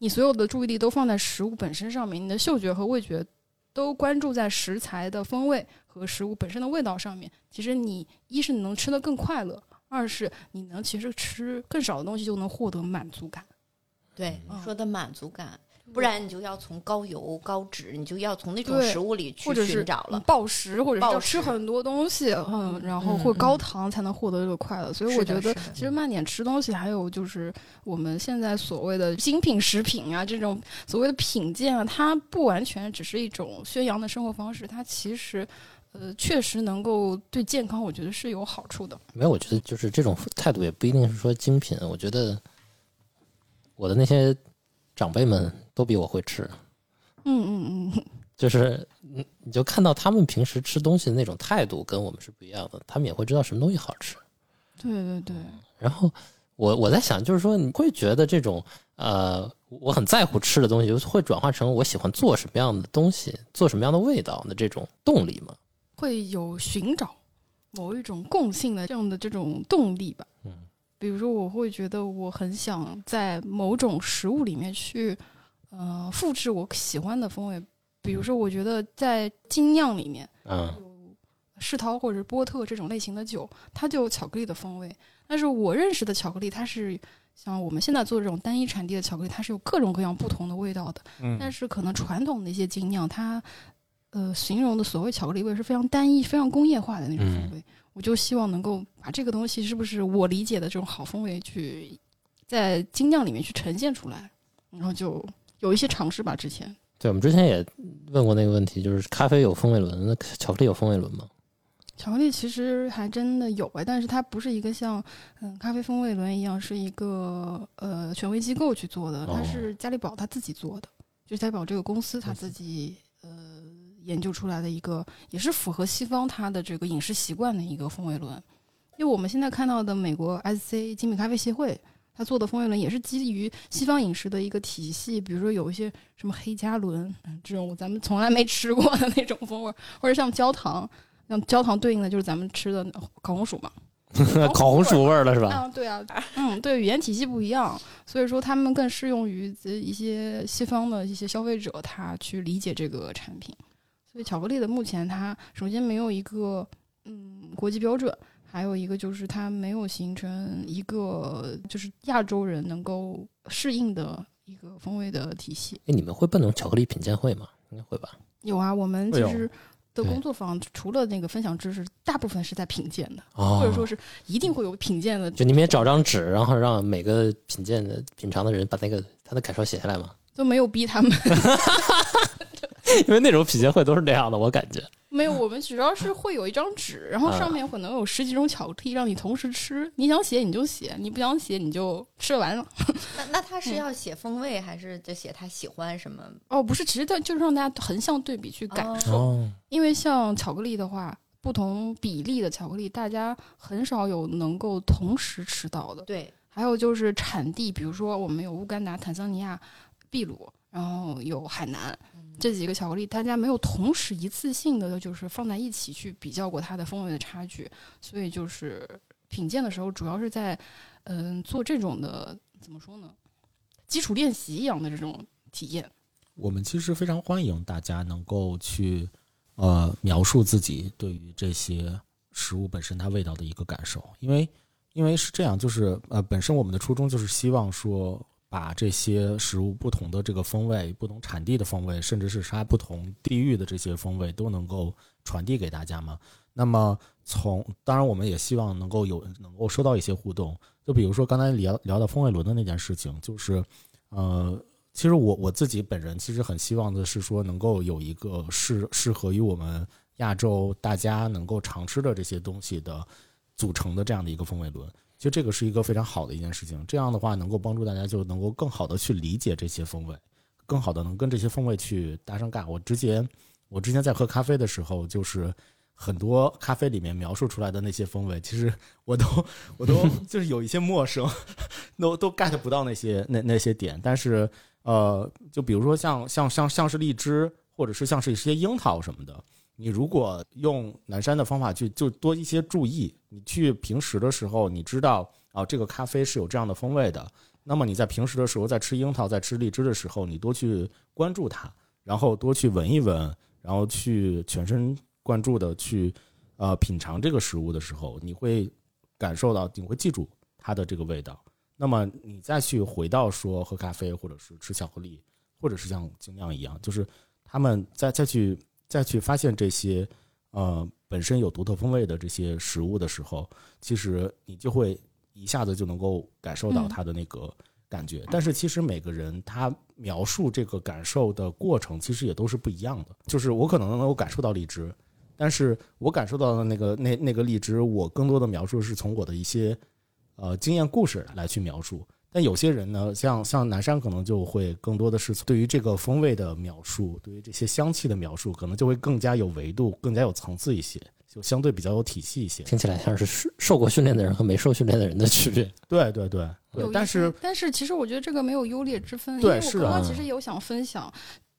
你所有的注意力都放在食物本身上面，你的嗅觉和味觉都关注在食材的风味和食物本身的味道上面。其实你一是你能吃得更快乐，二是你能其实吃更少的东西就能获得满足感。对，你嗯说的满足感，不然你就要从高油高脂，你就要从那种对食物里去或者寻是找了。嗯暴食，或者是暴要吃食很多东西，嗯，然后嗯或嗯高糖才能获得这个快嗯乐。所以是我觉的得是的，其实慢点吃东西，还有就是我们现在所谓的精品食品啊，这种所谓的品鉴啊，它不完全只是一种宣扬的生活方式，它其实。呃，确实能够对健康，我觉得是有好处的。没有，我觉得就是这种态度也不一定是说精品。我觉得我的那些长辈们都比我会吃，嗯嗯嗯，就是你你就看到他们平时吃东西的那种态度跟我们是不一样的，他们也会知道什么东西好吃。对对对，然后我我在想，就是说你会觉得这种呃，我很在乎吃的东西，就会转化成我喜欢做什么样的东西，做什么样的味道的这种动力吗？会有寻找某一种共性的这样的这种动力吧。嗯，比如说我会觉得我很想在某种食物里面去，呃，复制我喜欢的风味。比如说，我觉得在精酿里面，嗯，世涛或者是波特这种类型的酒，它就有巧克力的风味。但是我认识的巧克力，它是像我们现在做这种单一产地的巧克力，它是有各种各样不同的味道的。嗯但是可能传统的一些精酿，它呃形容的所谓巧克力味是非常单一、非常工业化的那种风味。我就希望能够把这个东西，是不是我理解的这种好风味，去在精酿里面去呈现出来，然后就有一些尝试吧。之前对，我们之前也问过那个问题，就是咖啡有风味轮，那巧克力有风味轮 [laughs] 吗？巧克力其实还真的有哎，但是它不是一个像嗯咖啡风味轮一样，是一个呃权威机构去做的，它哦是嘉利宝他自己做的，就是嘉利宝这个公司他自己呃研究出来的一个，也是符合西方它的这个饮食习惯的一个风味轮。因为我们现在看到的美国 SC 精品咖啡协会，它做的风味轮也是基于西方饮食的一个体系，比如说有一些什么黑加仑嗯这种咱们从来没吃过的那种风味，或者像焦糖，像焦糖对应的就是咱们吃的烤红薯嘛。烤红薯味儿了是吧？啊，对啊，嗯，对，语言体系不一样，所以说他们更适用于呃一些西方的一些消费者，他去理解这个产品。所以巧克力的目前它首先没有一个嗯国际标准，还有一个就是它没有形成一个就是亚洲人能够适应的一个风味的体系。哎，你们会办那种巧克力品鉴会吗？应该会吧。有啊，我们会其有实的哎对工作坊除了那个分享知识，大部分是在品鉴的，哦或者说是一定会有品鉴的就你们也找张纸，然后让每个品鉴的品尝的人把那个他的感受写下来嘛。都没有逼他们。因为那种品鉴会都是那样的，我感觉。 [laughs] 没有，我们主要是会有一张纸，然后上面可能有十几种巧克力让你同时吃，你想写你就写，你不想写你就吃完了。那那他是嗯要写风味，还是就写他喜欢什么？哦，不是，其实它就是让大家横向对比去感哦受，哦，因为像巧克力的话，不同比例的巧克力，大家很少有能够同时吃到的。对，还有就是产地，比如说我们有乌干达、坦桑尼亚、秘鲁，然后有海南这几个巧克力，大家没有同时一次性的就是放在一起去比较过它的风味的差距，所以就是品鉴的时候主要是在嗯、做这种的怎么说呢，基础练习一样的这种体验。我们其实非常欢迎大家能够去呃描述自己对于这些食物本身它味道的一个感受，因为因为是这样，就是呃本身我们的初衷就是希望说把这些食物不同的这个风味、不同产地的风味，甚至是它不同地域的这些风味都能够传递给大家嘛。那么从当然我们也希望能够有能够收到一些互动，就比如说刚才聊聊到风味轮的那件事情，就是呃其实我我自己本人其实很希望的是说，能够有一个适适合于我们亚洲大家能够常吃的这些东西的组成的这样的一个风味轮。其实这个是一个非常好的一件事情，这样的话能够帮助大家就能够更好的去理解这些风味，更好的能跟这些风味去搭上尬。我之前我之前在喝咖啡的时候，就是很多咖啡里面描述出来的那些风味，其实我都我都就是有一些陌生， [laughs] 都都 get 不到那些那那些点，但是。呃，就比如说像像像像是荔枝，或者是像是一些樱桃什么的，你如果用南山的方法去，就多一些注意。你去平时的时候，你知道啊，这个咖啡是有这样的风味的。那么你在平时的时候，在吃樱桃、在吃荔枝的时候，你多去关注它，然后多去闻一闻，然后去全神贯注的去呃品尝这个食物的时候，你会感受到，你会记住它的这个味道。那么你再去回到说喝咖啡，或者是吃巧克力，或者是像精酿一样，就是他们再再去再去发现这些呃本身有独特风味的这些食物的时候，其实你就会一下子就能够感受到嗯它的那个感觉。但是其实每个人他描述这个感受的过程，其实也都是不一样的。就是我可能能够感受到荔枝，但是我感受到的那个那那个荔枝，我更多的描述是从我的一些呃经验故事来去描述。但有些人呢，像像南山，可能就会更多的是对于这个风味的描述，对于这些香气的描述，可能就会更加有维度，更加有层次一些，就相对比较有体系一些。听起来像是受受过训练的人和没受训练的人的区别。对对对对有，一但些是但是其实我觉得这个没有优劣之分，因对为我是刚刚的其实有想分享，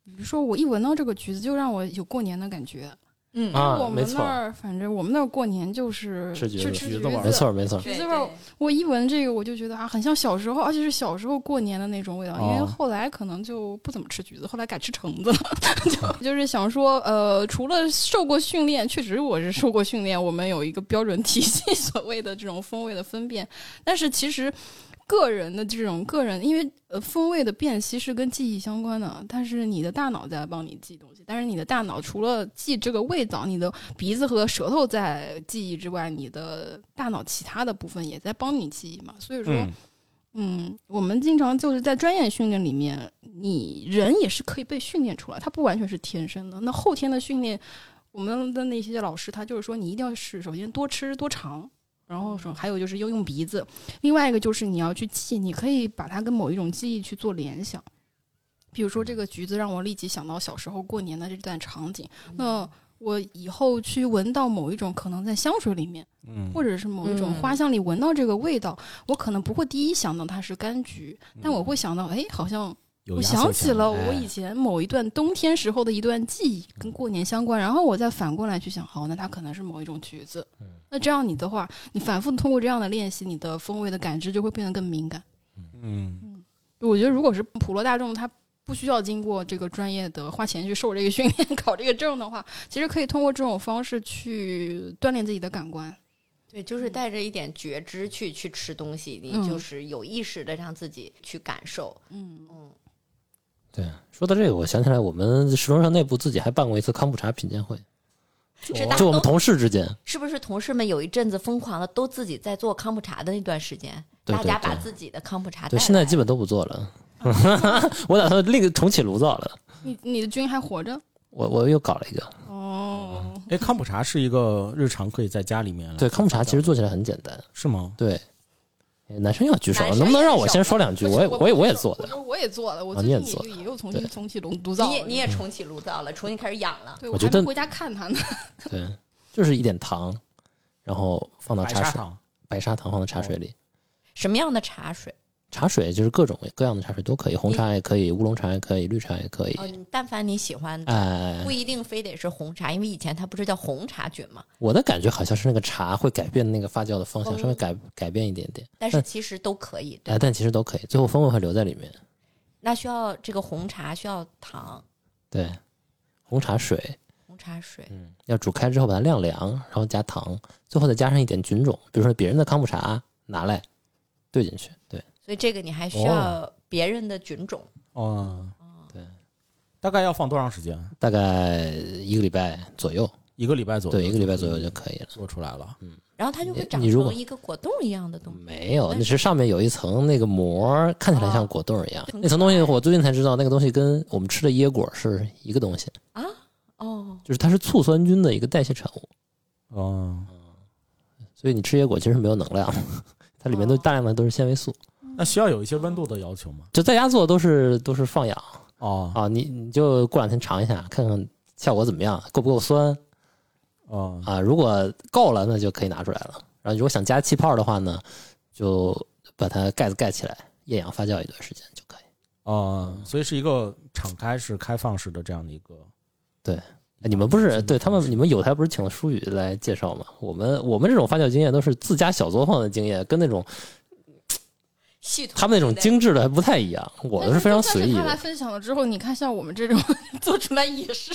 比如说我一闻到这个橘子，就让我有过年的感觉。嗯啊我没们错那儿反正我们那儿过年就是吃橘子去吃橘橘子子玩儿没错，没错，对橘子对味儿我一闻这个，我就觉得啊，很像小时候，而且是小时候过年的那种味道。因为哦后来可能就不怎么吃橘子，后来改吃橙子了。 [laughs] 就就是想说，呃，除了受过训练，确实我是受过训练，我们有一个标准体系， [laughs] 所谓的这种风味的分辨。但是其实个人的这种个人，因为呃风味的辨析是跟记忆相关的，但是你的大脑在帮你记东西，但是你的大脑除了记这个味道，你的鼻子和舌头在记忆之外，你的大脑其他的部分也在帮你记忆嘛。所以说，嗯，嗯，我们经常就是在专业训练里面，你人也是可以被训练出来，它不完全是天生的。那后天的训练，我们的那些老师他就是说，你一定要是首先多吃多尝，然后说还有就是要用鼻子，另外一个就是你要去记，你可以把它跟某一种记忆去做联想。比如说这个橘子让我立即想到小时候过年的这段场景，那我以后去闻到某一种可能在香水里面。嗯或者是某一种嗯花香里闻到这个味道，我可能不会第一想到它是柑橘，但我会想到，哎，好像嗯有我压想缩起性了哎我以前某一段冬天时候的一段记忆，跟过年相关。然后我再反过来去想，好，那它可能是某一种橘子。嗯那这样你的话，你反复通过这样的练习，你的风味的感知就会变得更敏感。嗯，我觉得如果是普罗大众，他不需要经过这个专业的花钱去受这个训练、 [laughs] 考这个证的话，其实可以通过这种方式去锻炼自己的感官。对，嗯就是带着一点觉知去去吃东西，你嗯就是有意识的让自己去感受。嗯，嗯，对，说到这个，我想起来，我们石头社内部自己还办过一次康普茶品鉴会，是大就我们家都啊同事之间，是不是同事们有一阵子疯狂的都自己在做康普茶的那段时间，对对大家把对自己的康普茶带对，现在来基本都不做了。 [laughs] 我打算另一个重启炉灶了，你你的菌还活着？我我又搞了一个。嗯哦，哎，康普茶是一个日常可以在家里面来对，康普茶发酵其实做起来很简单。是吗？对，哎男生要举手男了，生能不能也让举我手先吧说两句？不我是也我也我也不是做不的，是我也做的，我啊最你也近做也又重新对重启龙独灶你也了嗯你也重启炉灶了，重新开始养了。对我我觉还得没回家看他呢。对，就是一点糖，然后放到白茶砂水，糖白砂糖放到茶水里，什么样的茶水？茶水就是各种各样的茶水都可以，红茶也可以，乌龙茶也可以，绿茶也可以。哦，你但凡你喜欢，哎不，一定非得是红茶，因为以前它不是叫红茶菌嘛，我的感觉好像是那个茶会改变那个发酵的方向，嗯稍微改改变一点点，但是其实都可以。对哎，，但其实都可以，最后风味会留在里面。那需要这个红茶需要糖、对，红茶水，红茶水，嗯，要煮开之后把它晾凉，然后加糖，最后再加上一点菌种，比如说别人的康普茶拿来兑进去，对，所以这个你还哦需要别人的菌种。哦，对，大概要放多长时间？大概一个礼拜左右，一个礼拜左右，嗯对，一个礼拜左右就可以了。做出来了。然后它就会你长你如果成一个果冻一样的东西，没有，那是上面有一层那个膜，看起来像果冻一样。哦那层东西我最近才知道，那个东西跟我们吃的椰果是一个东西，哦，就是它是醋酸菌的一个代谢产物，哦，所以你吃椰果其实没有能量，它里面都哦大量的都是纤维素。那需要有一些温度的要求吗？就在家做都是都是放养哦啊，你你就过两天尝一下，看看效果怎么样，够不够酸哦啊？如果够了，那就可以拿出来了。然后如果想加气泡的话呢，就把它盖子盖起来，厌氧发酵一段时间就可以。啊哦，所以是一个敞开式、开放式的这样的一个。哎你们不是嗯对他们，你们有台不是请了舒宇来介绍吗？我们我们这种发酵经验都是自家小作坊的经验，跟那种系统他们那种之类的精致的还不太一样。我的是非常随意但是就算是他来的，分享了之后，你看像我们这种 [laughs] 做出来也是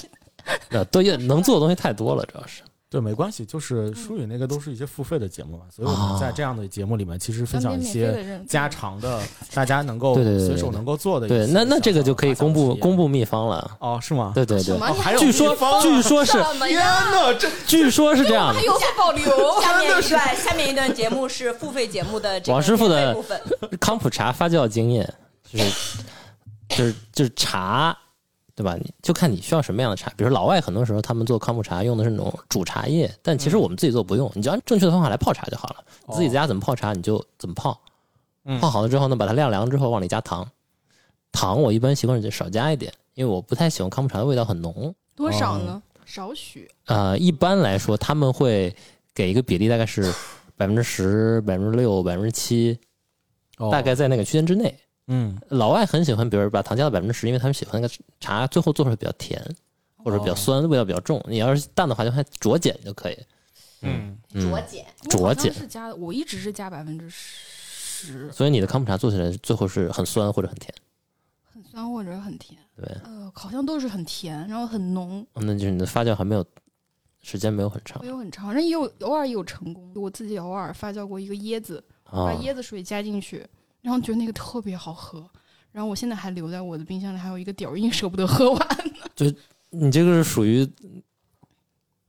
那都也能做的东西太多了，主要是对，没关系，就是舒宇那个都是一些付费的节目嘛，所以我们啊在这样的节目里面，其实分享一免费些的人 [laughs] 家常 [laughs] 的，大家能够对对对对随手能够做的一些对。小小的那那这个就可以公布公布布秘方了。哦，是吗？对对什对，么？还有据说秘方啊据 [laughs] 说是什么天呀？哪，这据说是这样的，有所保留下面一段，下面一段节目是付费节目的这个王师傅的免费部分，康普茶发酵经验就是就是就是茶，对吧？你就看你需要什么样的茶。比如老外很多时候他们做康普茶用的是那种煮茶叶，但其实我们自己做不用，你就按正确的方法来泡茶就好了。你 [laughs] 自己在家怎么泡茶你就怎么泡，哦嗯泡好了之后呢，把它晾凉之后往里加糖。糖我一般习惯就少加一点，因为我不太喜欢康普茶的味道很浓。多少呢？嗯少许。呃，一般来说他们会给一个比例，大概是百分之十、百分之六、百分之七，哦大概在那个区间之内。嗯老外很喜欢，比如把糖加到百分之十，因为他们喜欢那个茶最后做出来比较甜，或者比较酸，味道比较重。你要是淡的话，就还酌减就可以。嗯， [laughs] 嗯酌减。酌减我好像是加的，我一直是加百分之十，所以你的康普茶做起来最后是很酸或者很甜，很酸或者很甜。对，呃，好像都是很甜，然后很浓，嗯那就是你的发酵还没有时间没有很长没有很长。人也有偶尔也有成功，我自己偶尔发酵过一个椰子，把啊。椰子水加进去，然后觉得那个特别好喝。然后我现在还留在我的冰箱里，还有一个底儿，硬舍不得喝完。你这个是属于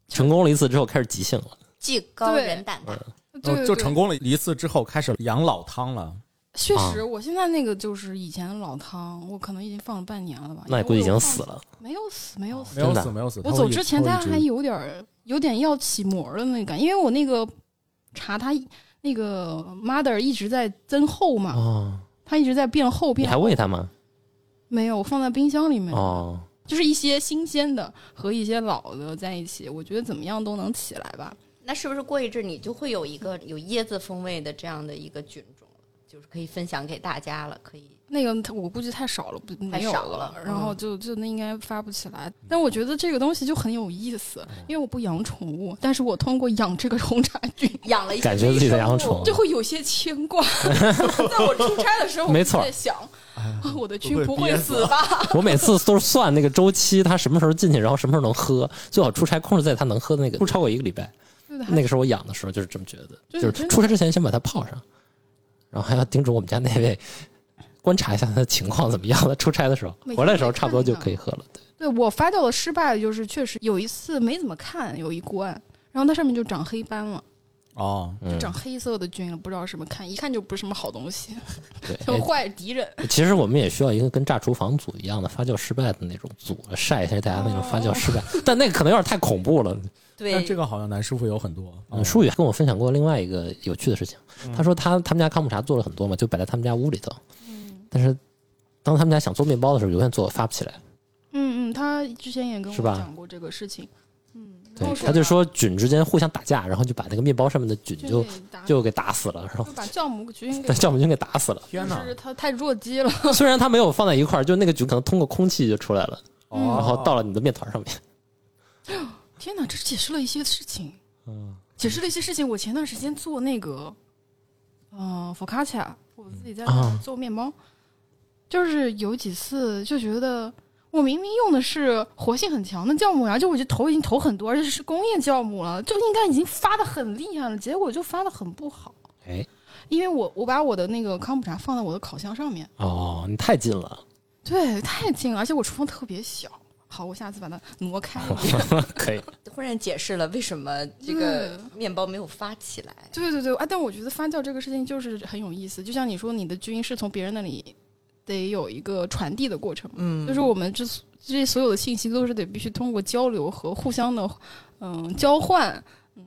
成功了一次之后开始急性了，技高对人胆大， [laughs] 对对哦就对，成功了一次之后开始养老汤了。确啊实，我现在那个就是以前的老汤，我可能已经放了半年了吧。那因为你估计已哎我经有放死了。没有死，没有死。没有真死，的没有死。我它走会一之前它会它一直还有点儿有点要起膜的那个感觉，因为我那个茶它那个 mother 一直在增厚嘛，哦，它一直在变厚你变还厚。喂它吗？没有，我放在冰箱里面，哦，就是一些新鲜的和一些老的在一起，我觉得怎么样都能起来吧。那是不是过一阵你就会有一个有椰子风味的这样的一个菌种了，就是可以分享给大家了？可以，那个它我估计太少了，不太没有少了了，然后嗯就就那应该发不起来。但我觉得这个东西就很有意思，因为我不养宠物，但是我通过养这个红茶菌， [laughs] 养了一些感觉自己哎在养微宠生物物，就会有些牵 [laughs] 挂。哦在我出差的时候，我没就错在想，啊 [laughs] 我的菌会不憋会死死啊 [laughs] 吧？ [laughs] 我每次都是算那个周期，它什么时候进去，然后什么时候能喝，最好出差控制在它能喝的那个，不超过一个礼拜。对的那个时候我养的时候就是这么觉得，就就是是真的出差之前先把它泡上，然后还要叮嘱我们家那位观察一下他的情况怎么样了。出差的时候每天回来的时候差不多就可以喝了。对对我发酵的失败就是确实有一次没怎么看，有一锅，然后它上面就长黑斑了，哦，就嗯，长黑色的菌了，不知道什么看，一看就不是什么好东西，就 [laughs] 对。坏敌人。哎其实我们也需要一个跟炸厨房组一样的发酵失败的那种组，晒一下大家那种发酵 [laughs] 失败，但那个可能有点太恐怖了。但对这个好像男师傅有很多。哦嗯，舒宇跟我分享过另外一个有趣的事情，他说他他们家康普茶做了很多嘛，就摆在他们家屋里头。嗯但是当他们家想做面包的时候，永远做发不起来。嗯嗯，他之前也跟是我吧讲过这个事情。嗯，对哦，是他就吗说菌之间互相打架，然后就把那个面包上面的菌就给打就给打死了，然后就把酵母 [laughs] 菌给把酵母菌给打 [laughs] 死了。天哪！是它太弱鸡了，虽然它没有放在一块儿，就那个菌可能通过空气就出来了，哦嗯然后到了你的面团上面。天哪，这解释了一些事情，嗯，解释了一些事情。我前段时间做那个，嗯、呃，佛卡恰，我自己在啊做面包，就是有几次就觉得。我明明用的是活性很强的酵母呀，就我就投已经投很多，而且是工业酵母了，就应该已经发的很厉害了，结果就发的很不好。哎，因为我我把我的那个康普茶放在我的烤箱上面，哦，你太近了，对，太近了，而且我厨房特别小。好，我下次把它挪开一 [laughs] 点。 [laughs] [laughs] 可以。忽然解释了为什么这个嗯面包没有发起来。对对对，啊，但我觉得发酵这个事情就是很有意思，就像你说，你的菌是从别人那里得有一个传递的过程，嗯就是我们之所这所有的信息都是得必须通过交流和互相的嗯交换，嗯，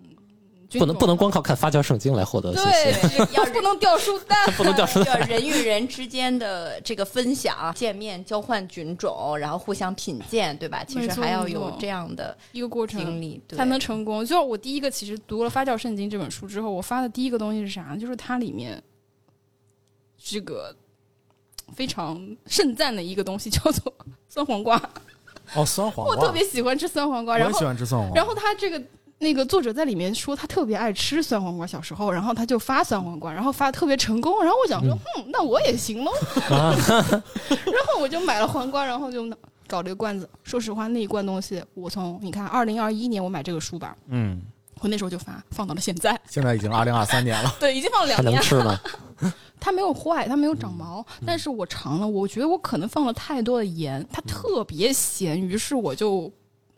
菌不能种不能光靠看发酵圣经来获得信息， [laughs] 对，要不能掉书袋，哦不能掉书 [laughs] 要袋。人与人之间的这个分享、啊见面、交换菌种，然后互相品鉴，对吧？其实没错还要没错有这样的一个过程经。历，对才能成功。就像我第一个，其实读了《发酵圣经》这本书之后，我发的第一个东西是啥？就是它里面这个非常盛赞的一个东西，叫做 [laughs] 酸黄瓜。哦，酸黄我瓜，特别喜欢吃酸黄瓜，我啊然也喜后欢吃酸黄瓜。然后他这个。那个作者在里面说他特别爱吃酸黄瓜，小时候，然后他就发酸黄瓜，然后发的特别成功，然后我想说，嗯，那我也行喽，啊 [laughs] 然后我就买了黄瓜，然后就搞了一个罐子。说实话，那一罐东西，我从你看，二零二一年我买这个书吧，嗯，我那时候就发，放到了现 [laughs] 在，现在已经二零二三年了， [laughs] 对，已经放了还两能年。吃 [laughs] 嗯吗？它没有坏，它没有长毛，但是我尝了，我觉得我可能放了太多的盐，嗯它特别咸，于是我就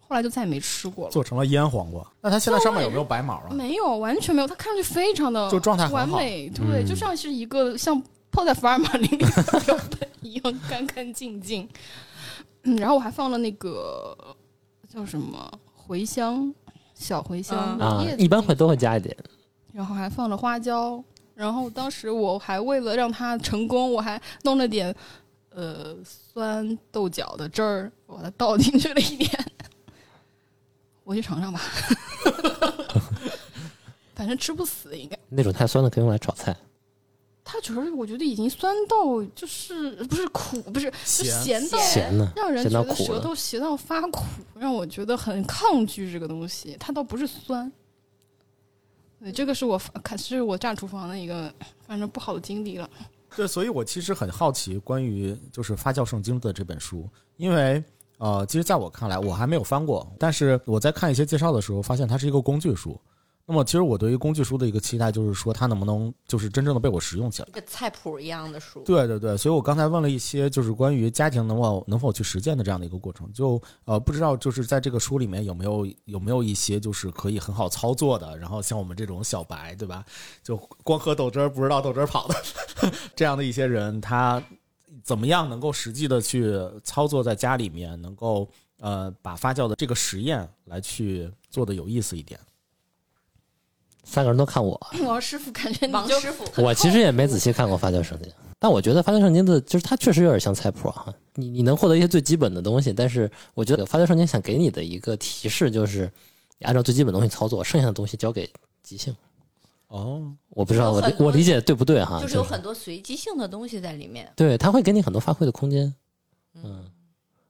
后来就再也没吃过了。做成了腌黄瓜。那它现在上面有没有白毛啊？没有，完全没有，它看上去非常的就状态很好完美，对，嗯就像是一个像泡在福尔马林里的标本一样干干净净。嗯，然后我还放了那个叫什么茴香，小茴香嗯的啊叶，子一般进会都会加一点。然后还放了花椒，然后当时我还为了让它成功，我还弄了点呃酸豆角的汁儿，我把它倒进去了一点。 [laughs] 回去尝尝吧， [laughs] 反正吃不死应该。那种太酸的可以用来炒菜。它主要是我觉得已经酸到就是不是苦，不是就咸咸到咸呢，哎让人咸到觉得苦舌了。头咸到发苦，让我觉得很抗拒这个东西。它倒不是酸，对，这个是我看是我炸厨房的一个反正不好的经历了。对，所以我其实很好奇关于就是《发酵圣经》的这本书，因为呃，其实在我看来，我还没有翻过，但是我在看一些介绍的时候，发现它是一个工具书。那么，其实我对于工具书的一个期待就是说，它能不能就是真正的被我使用起来一。个菜谱一样的书。对对对，所以我刚才问了一些就是关于家庭能否能否去实践的这样的一个过程，就呃不知道就是在这个书里面有没有有没有一些就是可以很好操作的，然后像我们这种小白对吧，就光喝豆汁儿不知道豆汁儿跑的 [laughs] 这样的一些人，他怎么样能够实际的去操作在家里面，能够呃把发酵的这个实验来去做的有意思一点。三个人都看我，王师傅感觉你王就师傅， [laughs] 我其实也没仔细看过《发酵圣经》，但我觉得《发酵圣经》的，就是它确实有点像菜谱啊。你你能获得一些最基本的东西，但是我觉得《发酵圣经》想给你的一个提示就是，你按照最基本的东西操作，剩下的东西交给即兴。哦，我不知道我有很理多我理解对不对哈？就是有很多随机性的东西在里面。对，它会给你很多发挥的空间。嗯，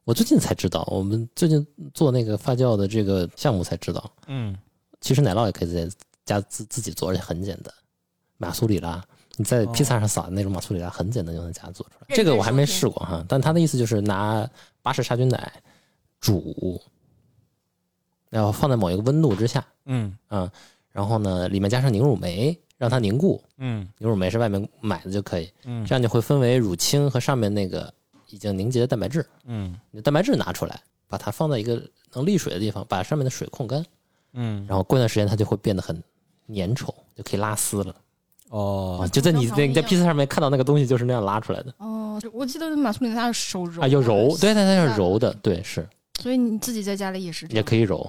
我最近才知道，我们最近做那个发酵的这个项目才知道，嗯，其实奶酪也可以在家自自己做，而且很简单。马苏里拉，你在哦披萨上撒的那种马苏里拉，很简单就能在家做出来。认真这个我还没收听试过哈，但他的意思就是拿巴氏杀菌奶煮，然后放在某一个温度之下，嗯嗯，然后呢里面加上凝乳酶，让它凝固。嗯凝乳酶是外面买的就可以，嗯这样就会分为乳清和上面那个已经凝结的蛋白质。嗯你的蛋白质拿出来，把它放在一个能沥水的地方，把上面的水控干，嗯，然后过一段时间它就会变得很粘稠，就可以拉丝了。哦啊，，就在你像那你在糖一样披萨上面看到那个东西就是那样拉出来的哦，我记得马苏里纳是手揉啊，要揉，对，它它是吧要揉的，对，是所以你自己在家里也是这也样可以揉，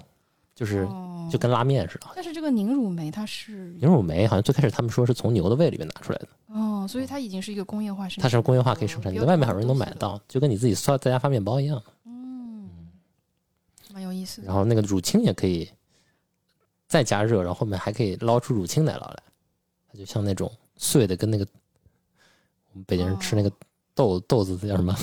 就是哦就跟拉面似的。但是这个凝乳酶它是牛乳酶好像最开始他们说是从牛的胃里面拿出来的，哦，所以它已经是一个工业化生它是工业化哦可以生产，你在外面好容易能买到，到，就跟你自己刷在家发面包一样。嗯，蛮有意思的。然后那个乳清也可以再加热，然后后面还可以捞出乳清奶酪来，它就像那种碎的，跟那个我们北京人吃那哦个豆豆子叫什么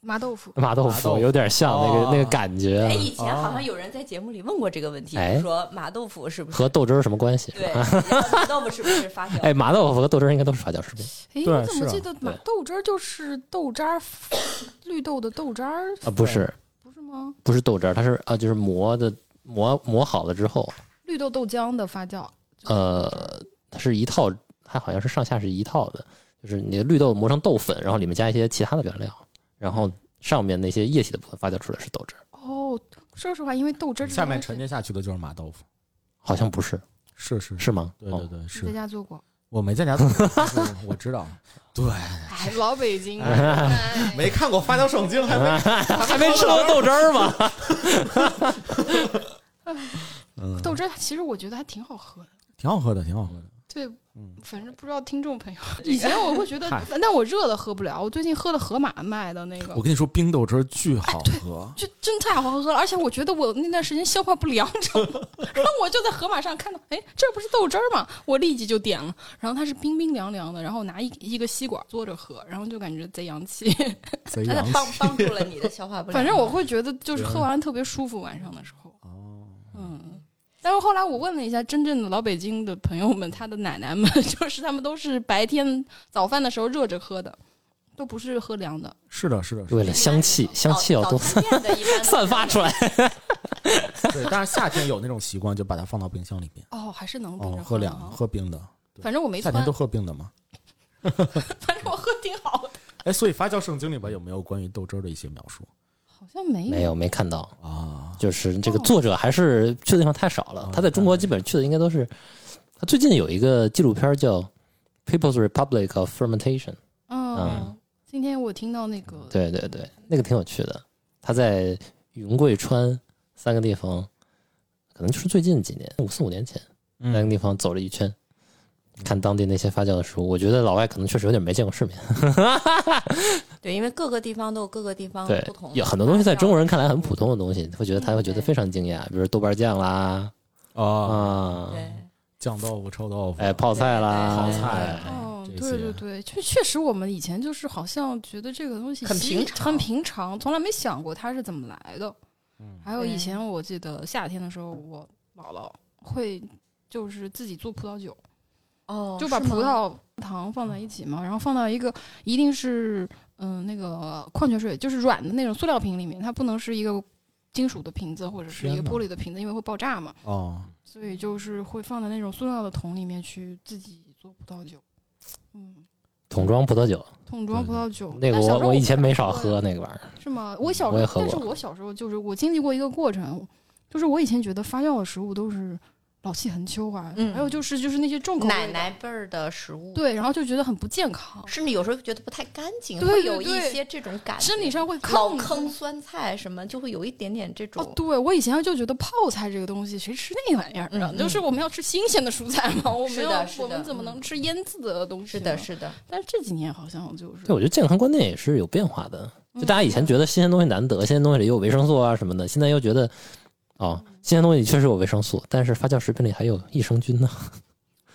麻豆腐，麻豆麻腐，豆腐有点像那个、哦那个感觉啊哎，，以前好像有人在节目里问过这个问题，哎就说麻豆腐是不是和豆汁儿什么关系？对，然后麻豆腐是不是发 [laughs] 酵？哎，麻豆腐和豆汁儿应该都是发酵食品哎，对我怎是么啊记得买豆汁儿就是豆渣儿，绿豆的豆渣儿，啊，不是不是吗？不是豆汁儿，它是啊，就是磨的磨磨好了之后，绿豆豆浆的发酵，就是豆汁儿呃，它是一套，它好像是上下是一套的，就是你的绿豆磨成豆粉，然后里面加一些其他的原料，然后上面那些液体的部分发酵出来是豆汁儿，哦，说实话，因为豆汁儿这下面东西沉淀下去的就是麻豆腐，好像不是，是是是，是吗？对对哦对，你在是家 [laughs] 做过，我没在家做过，但是我知道， [laughs] 对，哎，老北京人，哎没看过《发条圣经》，还没还没吃过豆汁儿吗？嗯，豆汁儿其实我觉得还挺好喝的。 [laughs] 挺好喝的，挺好喝的。对嗯，反正不知道听众朋友，以前我会觉 [laughs] 得嗨，但我热的喝不了。我最近喝的河马卖的那个我，跟你说，冰豆汁儿巨好喝，就真太好喝了，而且我觉得我那段时间消化不良，你知道吗？ [laughs] 然后我就在盒马上看到，哎，这不是豆汁儿吗？我立即就点了，然后它是冰冰凉凉的，然后拿一一个吸管嘬着喝，然后就感觉贼洋 [laughs] 气。贼那 [laughs] 洋它气。帮帮助了你的消化不良。反正我会觉得就是喝完特别舒服，晚上的时候。哦，嗯，但是后来我问了一下真正的老北京的朋友们，他的奶奶们，就是他们都是白天早饭的时候热着喝的，都不是喝凉的。是的，是的，是为的。了香气，香气要多 [laughs] 早餐店的一般都散发出来。对，但是夏天有那种习惯，就把它放到冰箱里面，哦，还是能冰哦着，喝的凉哈喝冰的。反正我没夏穿，天都喝冰的吗？ [laughs] 反正我喝挺好的，哎，所以《发酵圣经》里边有没有关于豆汁儿的一些描述好像没没有，没看到，啊？就是哦这个作者还是去的地方太少了。他在中国基本去的应该都是，他最近有一个纪录片叫《People's Republic of Fermentation》，嗯，嗯今天我听到那嗯个，对对对，那个挺有趣的。他在云贵川三个地方，可能就是最近几年五四五年前三个嗯，地方走了一圈，看当地那些发酵的食物。我觉得老外可能确实有点没见过世面，对，因为各个地方都有各个地方对哦不同，的有很多东西在中国人看来很普通。通的东西，会觉得他嗯会觉得对非常惊讶，比如豆瓣酱啦啊，啊，对，酱豆腐、臭豆腐，哎，泡菜啦，哦对对对泡菜哎哦，这啊对些对对，确确实，我们以前就是好像觉得这个东西很习平常很平常，从来没想过它是怎么来的。嗯还有以对前我记得夏天的时候，我姥姥会就是自己做葡萄酒，哦，就把是吗葡萄糖放在一起嘛，然后放到一个一定是嗯、那个矿泉水，就是软的那种塑料瓶里面，它不能是一个金属的瓶子或者是一个天哪玻璃的瓶子，因为会爆炸嘛。哦，所以就是会放在那种塑料的桶里面去自己做葡萄酒，嗯，桶装葡萄酒，桶装葡萄酒。那个但小我时候嗯我以前没不少太喝那个玩意儿，是吗？我小时我也候，喝但是过我小时候就是我经历过一个过程，就是我以前觉得发酵的食物都是老气横秋啊，嗯还有就是就是那些重口味的奶奶辈儿的食物，，对，然后就觉得很不健康，甚至有时候觉得不太干净，对会对有一对些这种感觉，身体上会啊老抗拒坑酸菜什么，就会有一点点这哦种，。对，我以前就觉得泡菜这个东西，谁吃那玩意儿啊？嗯嗯就是我们要吃新鲜的蔬菜嘛，我是们的要是的嗯我们怎么能吃腌制的东西？是的，。是的，但是这几年好像就是对，我觉得健康观念也是有变化的。就大家以前嗯觉得新鲜东西难得，新鲜东西里有维生素啊什么的，现在又觉得，哦，嗯新鲜东西确实有维生素，但是发酵食品里还有益生菌呢，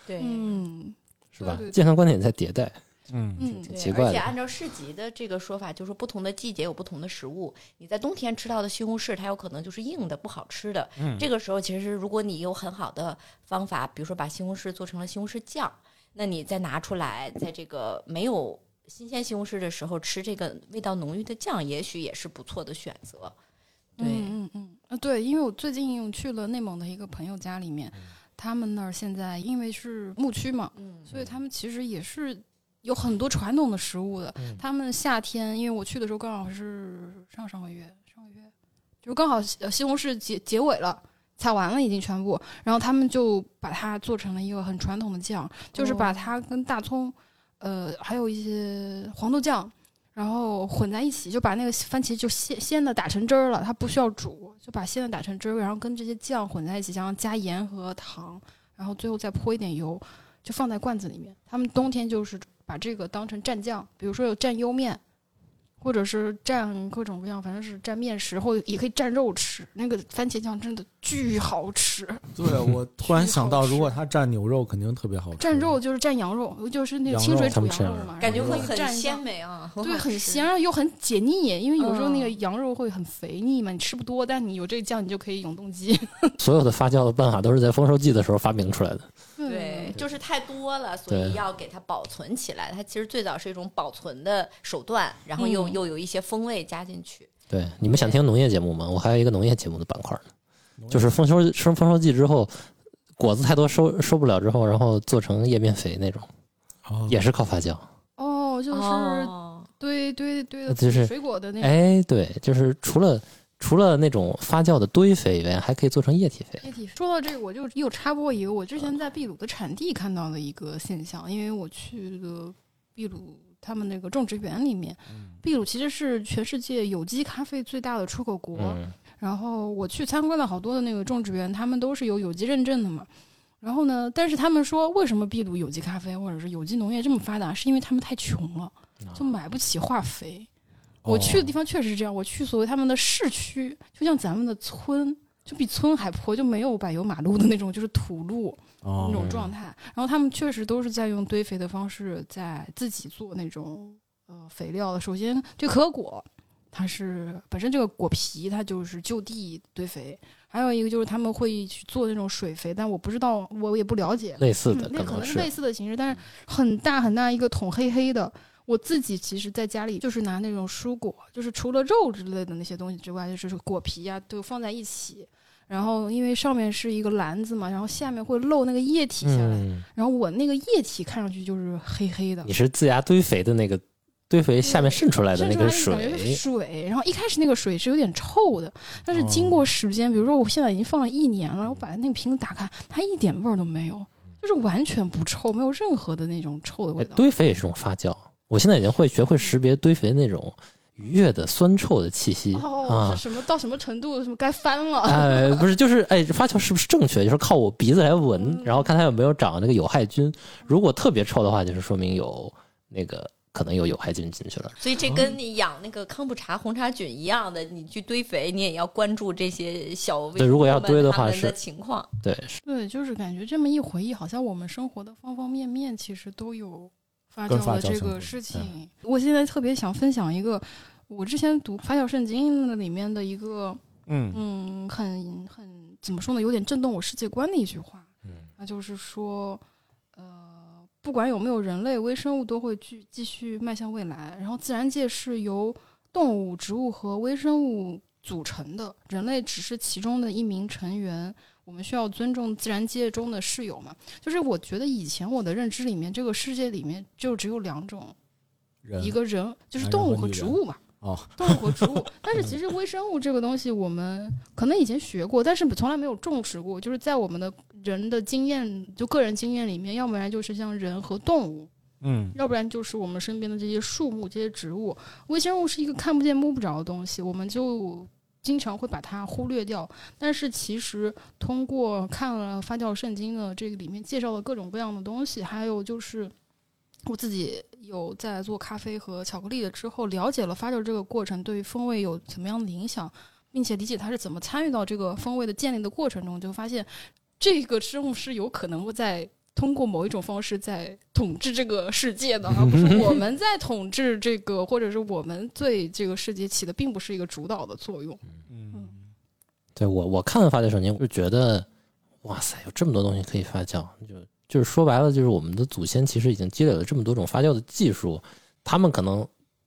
对。嗯，是吧对对？对健康观念也在迭代。嗯，嗯挺对奇怪而且的按照市集的这个说法，就是不同的季节有不同的食物。你在冬天吃到的西红柿，它有可能就是硬的、不好吃的。嗯这个时候，其实如果你有很好的方法，比如说把西红柿做成了西红柿酱，那你再拿出来，在这个没有新鲜西红柿的时候吃这个味道浓郁的酱，也许也是不错的选择。对，嗯嗯嗯啊，对，因为我最近去了内蒙的一个朋友家里面，他们那儿现在因为是牧区嘛，嗯所以他们其实也是有很多传统的食物的。他们夏天，因为我去的时候刚好是上上个月，上个月就刚好西呃西红柿结结尾了。采完了已经全部，然后他们就把它做成了一个很传统的酱，就是把哦它跟大葱，呃，还有一些黄豆酱，然后混在一起，就把那个番茄就鲜鲜的打成汁儿了，它不需要煮，就把鲜的打成汁儿，然后跟这些酱混在一起，然后加盐和糖，然后最后再泼一点油，就放在罐子里面。他们冬天就是把这个当成蘸酱，比如说有蘸莜面，或者是蘸各种各样，反正是蘸面食，或者也可以蘸肉吃。那个番茄酱真的巨好吃，对我 [laughs] 突然想到，巨好吃如果它蘸牛肉，肯定特别好吃。蘸肉就是蘸羊肉，就是那个羊清水肉他煮们羊吃肉羊嘛，嗯感觉然后会蘸很一下鲜美啊，对，好很吃鲜，然后又很解腻，因为有时候那个嗯羊肉会很肥腻嘛，你吃不多，但你有这个酱，你就可以永动机。所有的发酵的办法都是在丰收季的时候发明出来的。嗯对，就是太多了，所对以要给它保存起来。它其实最早是一种保存的手段，然后又、嗯又有一些风味加进去。对，你们想听农业节目吗？我还有一个农业节目的板块呢，农业就是丰收收丰收季之后，果子太多收收不了之后，然后做成叶面肥那种，哦也是靠发酵。 [laughs] 哦，就是哦堆堆堆呃的就是水果的那个哎，对，就是除了除了那种发酵的堆肥以外，还可以做成液体肥。液体。说到这个，我就又插播一个，我之前在秘鲁的产地看到的一个现象，因为我去了秘鲁。他们那个种植园里面，秘鲁其实是全世界有机咖啡最大的出口国。嗯，然后我去参观了好多的那个种植园，他们都是有有机认证的嘛。然后呢，但是他们说，为什么秘鲁有机咖啡或者是有机农业这么发达，是因为他们太穷了，啊就买不起化肥。我去哦的地方确实是这样，我去所谓他们的市区，就像咱们的村，就比村还破，就没有柏油马路的那种，就是土路那哦种状态。然后他们确实都是在用堆肥的方式，在自己做那种呃肥料的。首先，这可可果它是本身这个果皮它就是就地堆肥，还有一个就是他们会去做那种水肥，但我不知道，我也不了解。类似的嗯那可可能能嗯是类似的形式，但是很大很大一个桶黑黑的。我自己其实在家里就是拿那种蔬果，就是除了肉之类的那些东西之外，就是果皮呀、都放在一起。然后因为上面是一个篮子嘛，然后下面会漏那个液体下来，嗯，然后我那个液体看上去就是黑黑的你，是自家堆肥的那个堆肥下面渗出来的甚那至还个感觉是水，水。然后一开始那个水是有点臭的，但是经哦过时间，比如说我现在已经放了一年了，我把那个瓶子打开，它一点味儿都没有，嗯就是完全不臭，没有任何的那种臭的味哎道。堆肥也是种发酵。我现在已经会学会识别堆肥那种愉悦的酸臭的气息哦，啊是。什么到什么程度，什么该翻啊了。哎，不是，就是哎，发酵是不是正确？就是靠我鼻子来闻嗯，然后看它有没有长那个有害菌。如果特别臭的话，就是说明有那个可能有有害菌进去了。所以这跟你养那个康普茶、红茶菌一样的，你去堆肥，你也要关注这些小微对如果要生物们堆的它话们的是情况。对，是 [laughs] 对，就是感觉这么一回忆，好像我们生活的方方面面其实都有发跟酵发的酵这相个关事情。我现在特别想分享一个，我之前读《发酵圣经》那里面的一个，嗯嗯，很很怎么说呢，有点震动我世界观的一句话，嗯那就是说，呃，不管有没有人类，微生物都会继继续迈向未来。然后，自然界是由动物、植物和微生物组成的，人类只是其中的一名成员。我们需要尊重自然界中的室友嘛？就是我觉得以前我的认知里面，这个世界里面就只有两种，人一个人就是男人动物和和女植人物嘛。哦动物和植物。但是其实微生物这个东西，我们可能以前学过，但是从来没有重视过。就是在我们的人的经验，就个人经验里面，要不然就是像人和动物，嗯要不然就是我们身边的这些树木、这些植物。微生物是一个看不见摸不着的东西，我们就。经常会把它忽略掉，但是其实通过看了《发酵圣经》的这个里面介绍了各种各样的东西，还有就是我自己有在做咖啡和巧克力的之后，了解了发酵这个过程对于风味有怎么样的影响，并且理解它是怎么参与到这个风味的建立的过程中，就发现这个生物是有可能会在通过某一种方式在统治这个世 [laughs] 界的，而不是我们在统治这个，或者是我们对这个世界起的并不是一个主导的作用。嗯对我我看了发酵圣经，我就觉得哇塞，有这么多东西可以发酵，就就是说白了，就是我们的祖先其实已经积累了这么多种发酵的技术，他们可能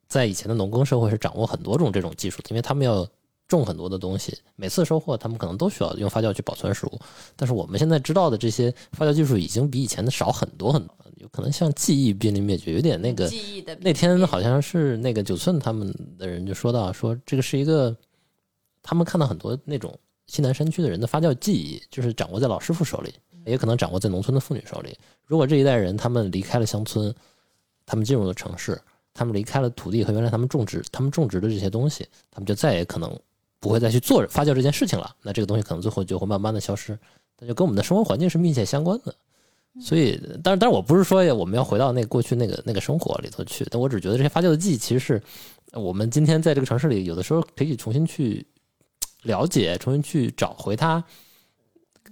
在以前的农耕社会是掌握很多种这种技术的，因为他们要种很多的东西，每次收获他们可能都需要用发酵去保存食物。但是我们现在知道的这些发酵技术已经比以前的少很多很多，有可能像记忆濒临灭绝，有点那个记忆的那天变好像是那个九寸他们的人就说到，说这个是一个他们看到很多那种西南山区的人的发酵技艺，就是掌握在老师傅手里，也可能掌握在农村的妇女手里。如果这一代人他们离开了乡村，他们进入了城市，他们离开了土地和原来他们种植他们种植的这些东西，他们就再也可能不会再去做发酵这件事情了。那这个东西可能最后就会慢慢的消失，那就跟我们的生活环境是密切相关的。所以，但是，但是我不是说我们要回到那个过去那个那个生活里头去，但我只觉得这些发酵的记忆其实是我们今天在这个城市里，有的时候可以重新去了解，重新去找回它，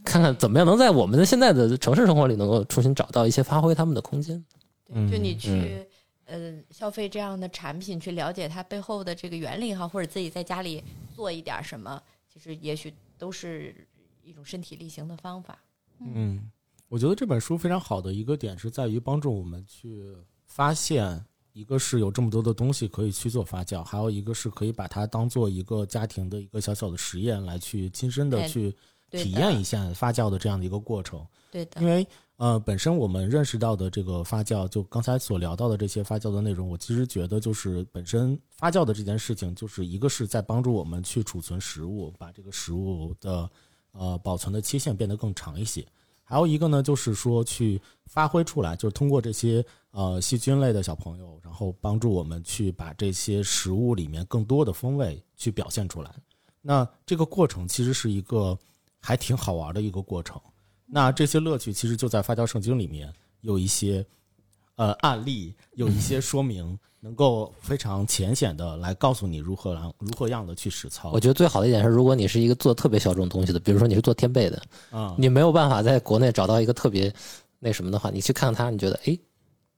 看看怎么样能在我们的现在的城市生活里能够重新找到一些发挥他们的空间。嗯就你嗯去呃消费这样的产品，去了解它背后的这个原理也好，或者自己在家里做一点儿什么，其实也许都是一种身体力行的方法。嗯，我觉得这本书非常好的一个点是在于帮助我们去发现，一个是有这么多的东西可以去做发酵，还有一个是可以把它当做一个家庭的一个小小的实验来去亲身的对去对体的验一下发酵的这样的一个过程。对的因，为呃，本身我们认识到的这个发酵，就刚才所聊到的这些发酵的内容，我其实觉得就是本身发酵的这件事情，就是一个是在帮助我们去储存食物，把这个食物的呃保存的期限变得更长一些。还有一个呢，就是说去发挥出来，就是通过这些呃细菌类的小朋友，然后帮助我们去把这些食物里面更多的风味去表现出来。那这个过程其实是一个还挺好玩的一个过程。那这些乐趣其实就在《发酵圣经》里面有一些呃案例，有一些说明，能够非常浅显的来告诉你如何让如何样的去实操。我觉得最好的一点是，如果你是一个做特别小众东西的，比如说你是做天贝的，啊，你没有办法在国内找到一个特别那什么的话，你去看它，你觉得哎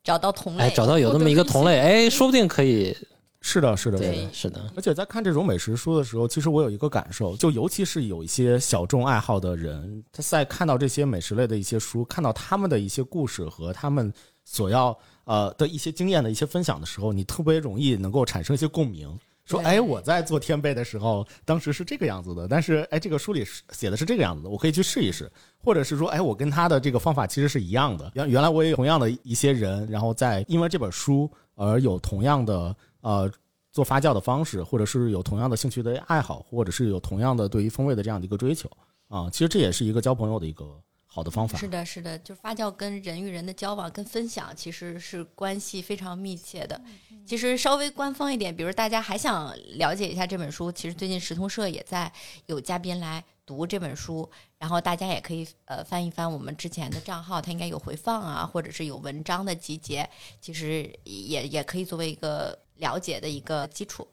找到同类，哎，找到有那么一个同类，哎，说不定可以。是的，是的，是对的。对，是的，而且在看这种美食书的时候，其实我有一个感受，就尤其是有一些小众爱好的人，他在看到这些美食类的一些书，看到他们的一些故事和他们所要呃的一些经验的一些分享的时候，你特别容易能够产生一些共鸣。说，对哎，我在做天贝的时候，当时是这个样子的，但是，哎，这个书里是写的是这个样子的，我可以去试一试，或者是说，哎，我跟他的这个方法其实是一样的。原原来我也有同样的一些人，然后在因为这本书而有同样的呃做发酵的方式，或者是有同样的兴趣的爱好，或者是有同样的对于风味的这样的一个追求啊。其实这也是一个交朋友的一个好的方法是。的，是的，就发酵跟人与人的交往跟分享，其实是关系非常密切嗯的。其实稍微官方一点，比如大家还想了解一下这本书，其实最近时通社也在有嘉宾来读这本书，然后大家也可以呃翻一翻我们之前的账号，它应该有回放啊，或者是有文章的集结，其实也也可以作为一个了解的一个基础。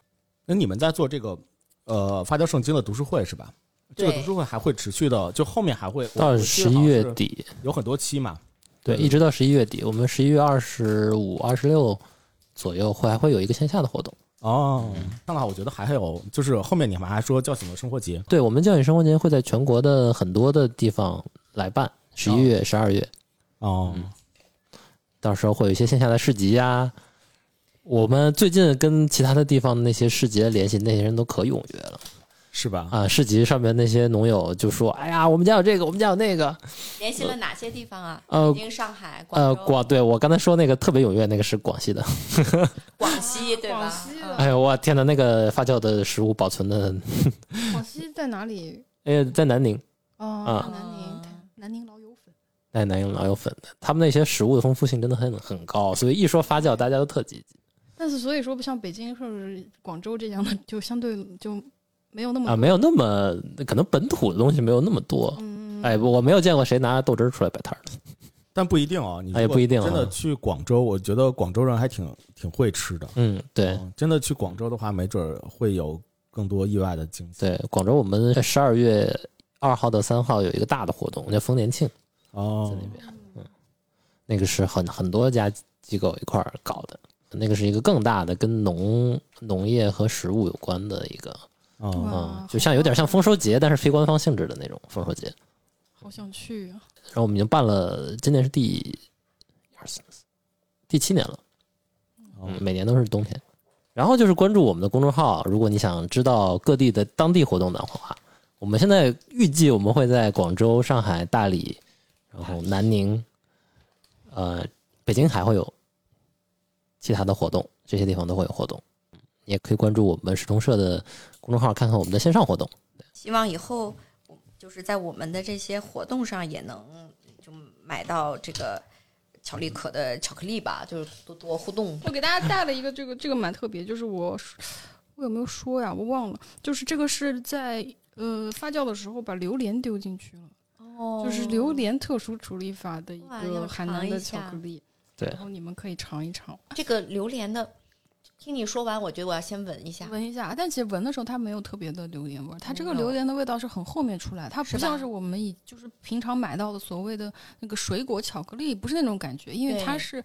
那你们在做这个呃发酵圣经的读书会是吧？这个对读书会还会持续的，就后面还会到十一月，我底，记得好像是有很多期嘛。对，嗯一直到十一月底，我们十一月二十五、二十六左右会还会有一个线下的活动。哦，嗯那好，我觉得还有就是后面你们还说叫醒的生活节，对我们教育生活节会在全国的很多的地方来办，十一啊月、十二月，哦，嗯到时候会有一些线下的市集呀、我们最近跟其他的地方的那些市集的联系，那些人都可踊跃了是吧？啊！市集上面那些农友就说：“哎呀，我们家有这个，我们家有那个。联系了哪些地方啊？呃北京、上海、”广呃，州、广对我刚才说那个特别踊跃，那个是广西的。广西，对吧？广西的嗯哎呦，我天哪，那个发酵的食物保存的，广西在哪里？哎，在南宁。哦，啊南宁啊，南宁老友粉。在南宁老友粉的，他们那些食物的丰富性真的很很高，所以一说发酵，大家都特积极但是所以说，不像北京或者是广州这样的，就相对就没有那么啊，没有那么可能本土的东西没有那么多。嗯，哎，我没有见过谁拿豆汁儿出来摆摊儿的。但不一定哦，你哎不一定啊真的去广州，我觉得广州人还挺挺会吃的。嗯，对嗯真的去广州的话，没准儿会有更多意外的惊喜对，广州我们十二月二号到三号有一个大的活动，叫丰年庆，在哦那。边，嗯，那个是很很多家机构一块儿搞的，那个是一个更大的跟农农业和食物有关的一个，哦，嗯哇，就像有点像好棒丰收节，但是非官方性质的那种丰收节。好想去啊！然后我们已经办了，今年是第二三四第七年了，哦嗯，每年都是冬天。然后就是关注我们的公众号，如果你想知道各地的当地活动的话，我们现在预计我们会在广州、上海、大理，然后南宁，呃，北京还会有其他的活动，这些地方都会有活动。也可以关注我们石通社的公众号，看看我们的线上活动。希望以后我就是在我们的这些活动上也能就买到这个巧力可的巧克力吧，就是多多互动。我给大家带了一个这个这个蛮特别，就是我我有没有说呀？我忘了，就是这个是在呃发酵的时候把榴莲丢进去了，哦就是榴莲特殊处理法的一哇个要海尝南一的巧下克力，对然后你们可以尝一尝，这个榴莲的，听你说完，我觉得我要先闻一下。闻一下。但其实闻的时候它没有特别的榴莲味儿，它这个没有榴莲的味道是很后面出来，它是不吧像是我们以就是平常买到的所谓的那个水果巧克力，不是那种感觉，因为对它是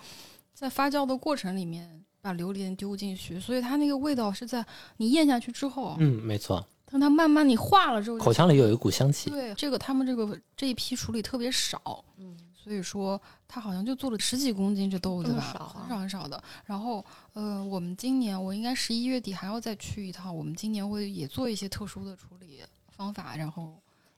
在发酵的过程里面把榴莲丢进去，所以它那个味道是在你咽下去之后，嗯，没错，当它慢慢你化了之后就口腔里有一股香气。对，这个他们这个这一批处理特别少，嗯，所以说他好像就做了十几公斤这豆这子么吧，少啊很少很少的。然后，呃，我们今年我应该十一月底还要再去一趟，我们今年会也做一些特殊的处理方法，然后，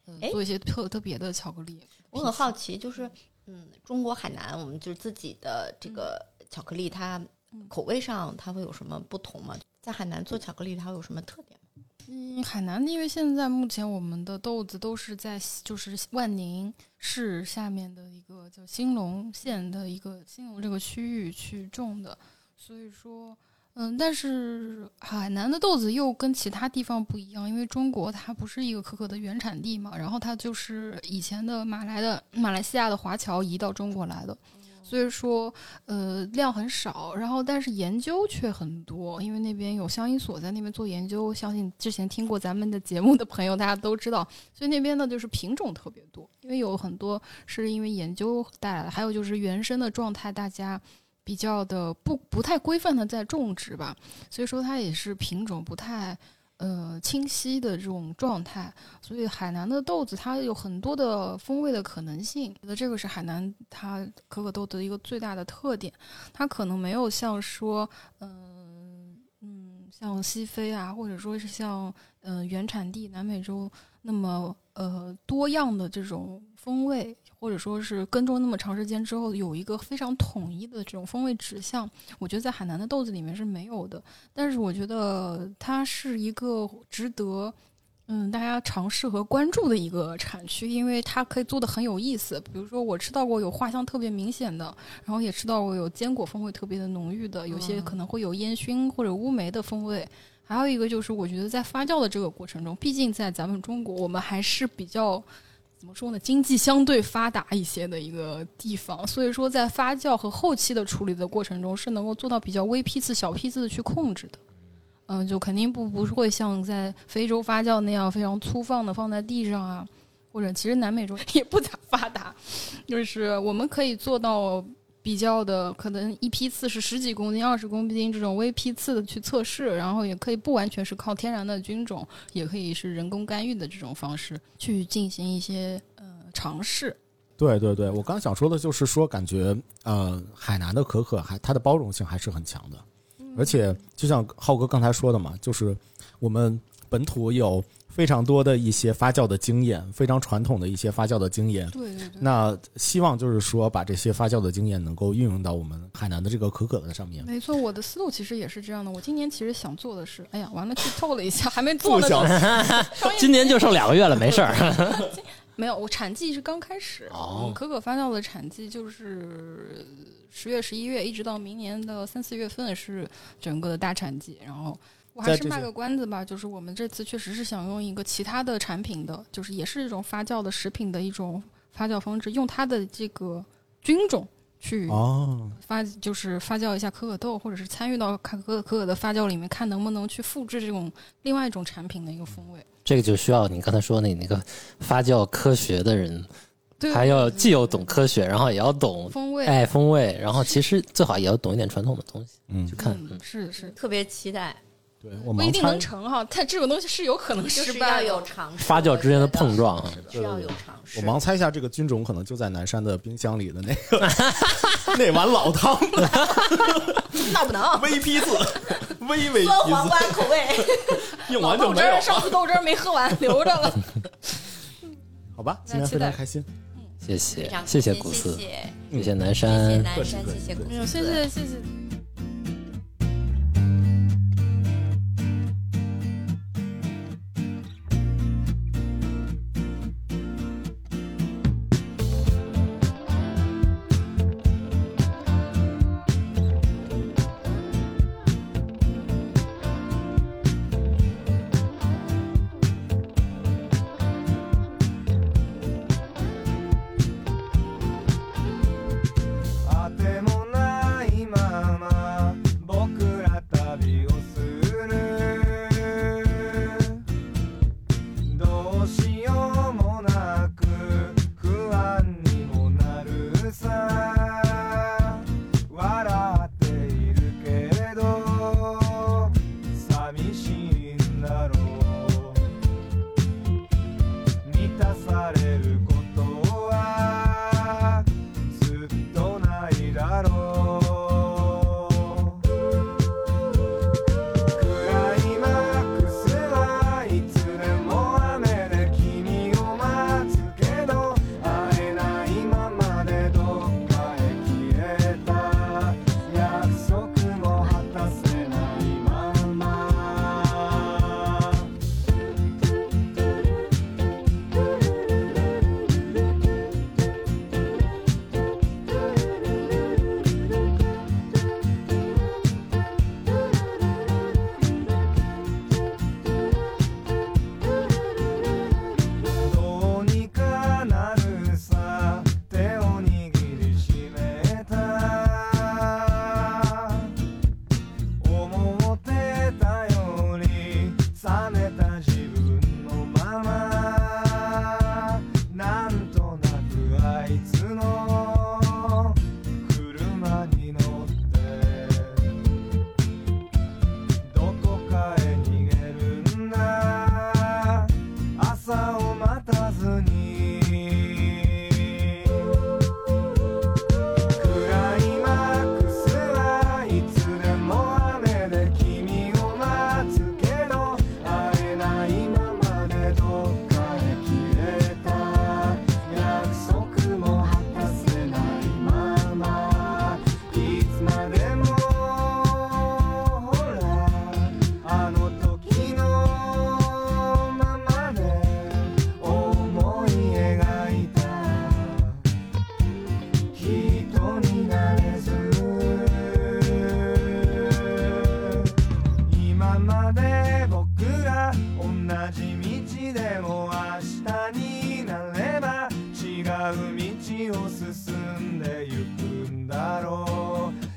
呃诶，做一些特特别的巧克力。我很好奇，就是嗯，中国海南我们就是自己的这个巧克力，它嗯口味上它会有什么不同吗？在海南做巧克力，它会有什么特点吗？嗯，海南因为现在目前我们的豆子都是在西就是万宁市下面的一个叫兴隆县的一个兴隆这个区域去种的，所以说，嗯，但是海南的豆子又跟其他地方不一样，因为中国它不是一个可可的原产地嘛，然后它就是以前的马来的马来西亚的华侨移到中国来的。所以说，呃，量很少，然后但是研究却很多，因为那边有乡音所在那边做研究，相信之前听过咱们的节目的朋友大家都知道，所以那边呢就是品种特别多，因为有很多是因为研究带来的，还有就是原生的状态，大家比较的不不太规范的在种植吧，所以说它也是品种不太。呃，清晰的这种状态，所以海南的豆子它有很多的风味的可能性，觉得这个是海南它可可豆的一个最大的特点。它可能没有像说，嗯、嗯，像西非啊，或者说是像嗯、呃原产地南美洲那么呃多样的这种风味，或者说是耕种那么长时间之后有一个非常统一的这种风味指向，我觉得在海南的豆子里面是没有的。但是我觉得它是一个值得。嗯，大家尝试和关注的一个产区，因为它可以做的很有意思。比如说，我吃到过有花香特别明显的，然后也吃到过有坚果风味特别的浓郁的，有些嗯可能会有烟熏或者乌梅的风味。还有一个就是，我觉得在发酵的这个过程中，毕竟在咱们中国，我们还是比较怎么说呢，经济相对发达一些的一个地方，所以说在发酵和后期的处理的过程中，是能够做到比较微批次、小批次的去控制的。嗯，就肯定不不是会像在非洲发酵那样非常粗放的放在地上啊，或者其实南美洲 [laughs] 也不咋发达，就是我们可以做到比较的，可能一批次是十几公斤、二十公斤这种微批次的去测试，然后也可以不完全是靠天然的菌种，也可以是人工干预的这种方式去进行一些呃尝试。对对对，我刚想说的就是说，感觉呃，海南的可可还它的包容性还是很强的，而且就像浩哥刚才说的嘛，就是我们本土有非常多的一些发酵的经验，非常传统的一些发酵的经验。对对对，那希望就是说，把这些发酵的经验能够运用到我们海南的这个可可的上面。没错，我的思路其实也是这样的。我今年其实想做的是，哎呀，完了剧透了一下，还没做呢。 [laughs] 不想商业今年就剩两个月了，没事儿。没有，我产季是刚开始。哦我们可可发酵的产季就是十月、十一月，一直到明年的三四月份是整个的大产季。然后我还在是这卖些个关子吧，就是我们这次确实是想用一个其他的产品的，就是也是一种发酵的食品的一种发酵方式，用它的这个菌种去哦，发就是发酵一下可可豆，或者是参与到可可可可的发酵里面，看能不能去复制这种另外一种产品的一个风味。这个就需要你刚才说那那个发酵科学的人，对，还要既要懂科学，然后也要哦懂风哎味，嗯爱风味，然后其实最好也要懂一点传统的东西。嗯就，看，嗯嗯，是是。特别期待，对我不一盲定猜能，成哈，但这种东西是有可能就失是要败的有尝试，发酵之间的碰撞撞啊，是要有尝试。我盲猜一下，这个菌种可能就在南山的冰箱里的那个那碗老汤，那 [laughs] 不能，微批次，微微批酸黄次，瓜口味，用老完就豆没汁有儿，了。上啊次豆汁儿没喝完，留着了。好吧，今那天期非常待开心，谢谢非常，谢谢古斯，谢谢谢谢南谢山，南山，谢谢古哎呦，斯， [laughs] 谢谢谢谢。嗯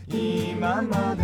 那么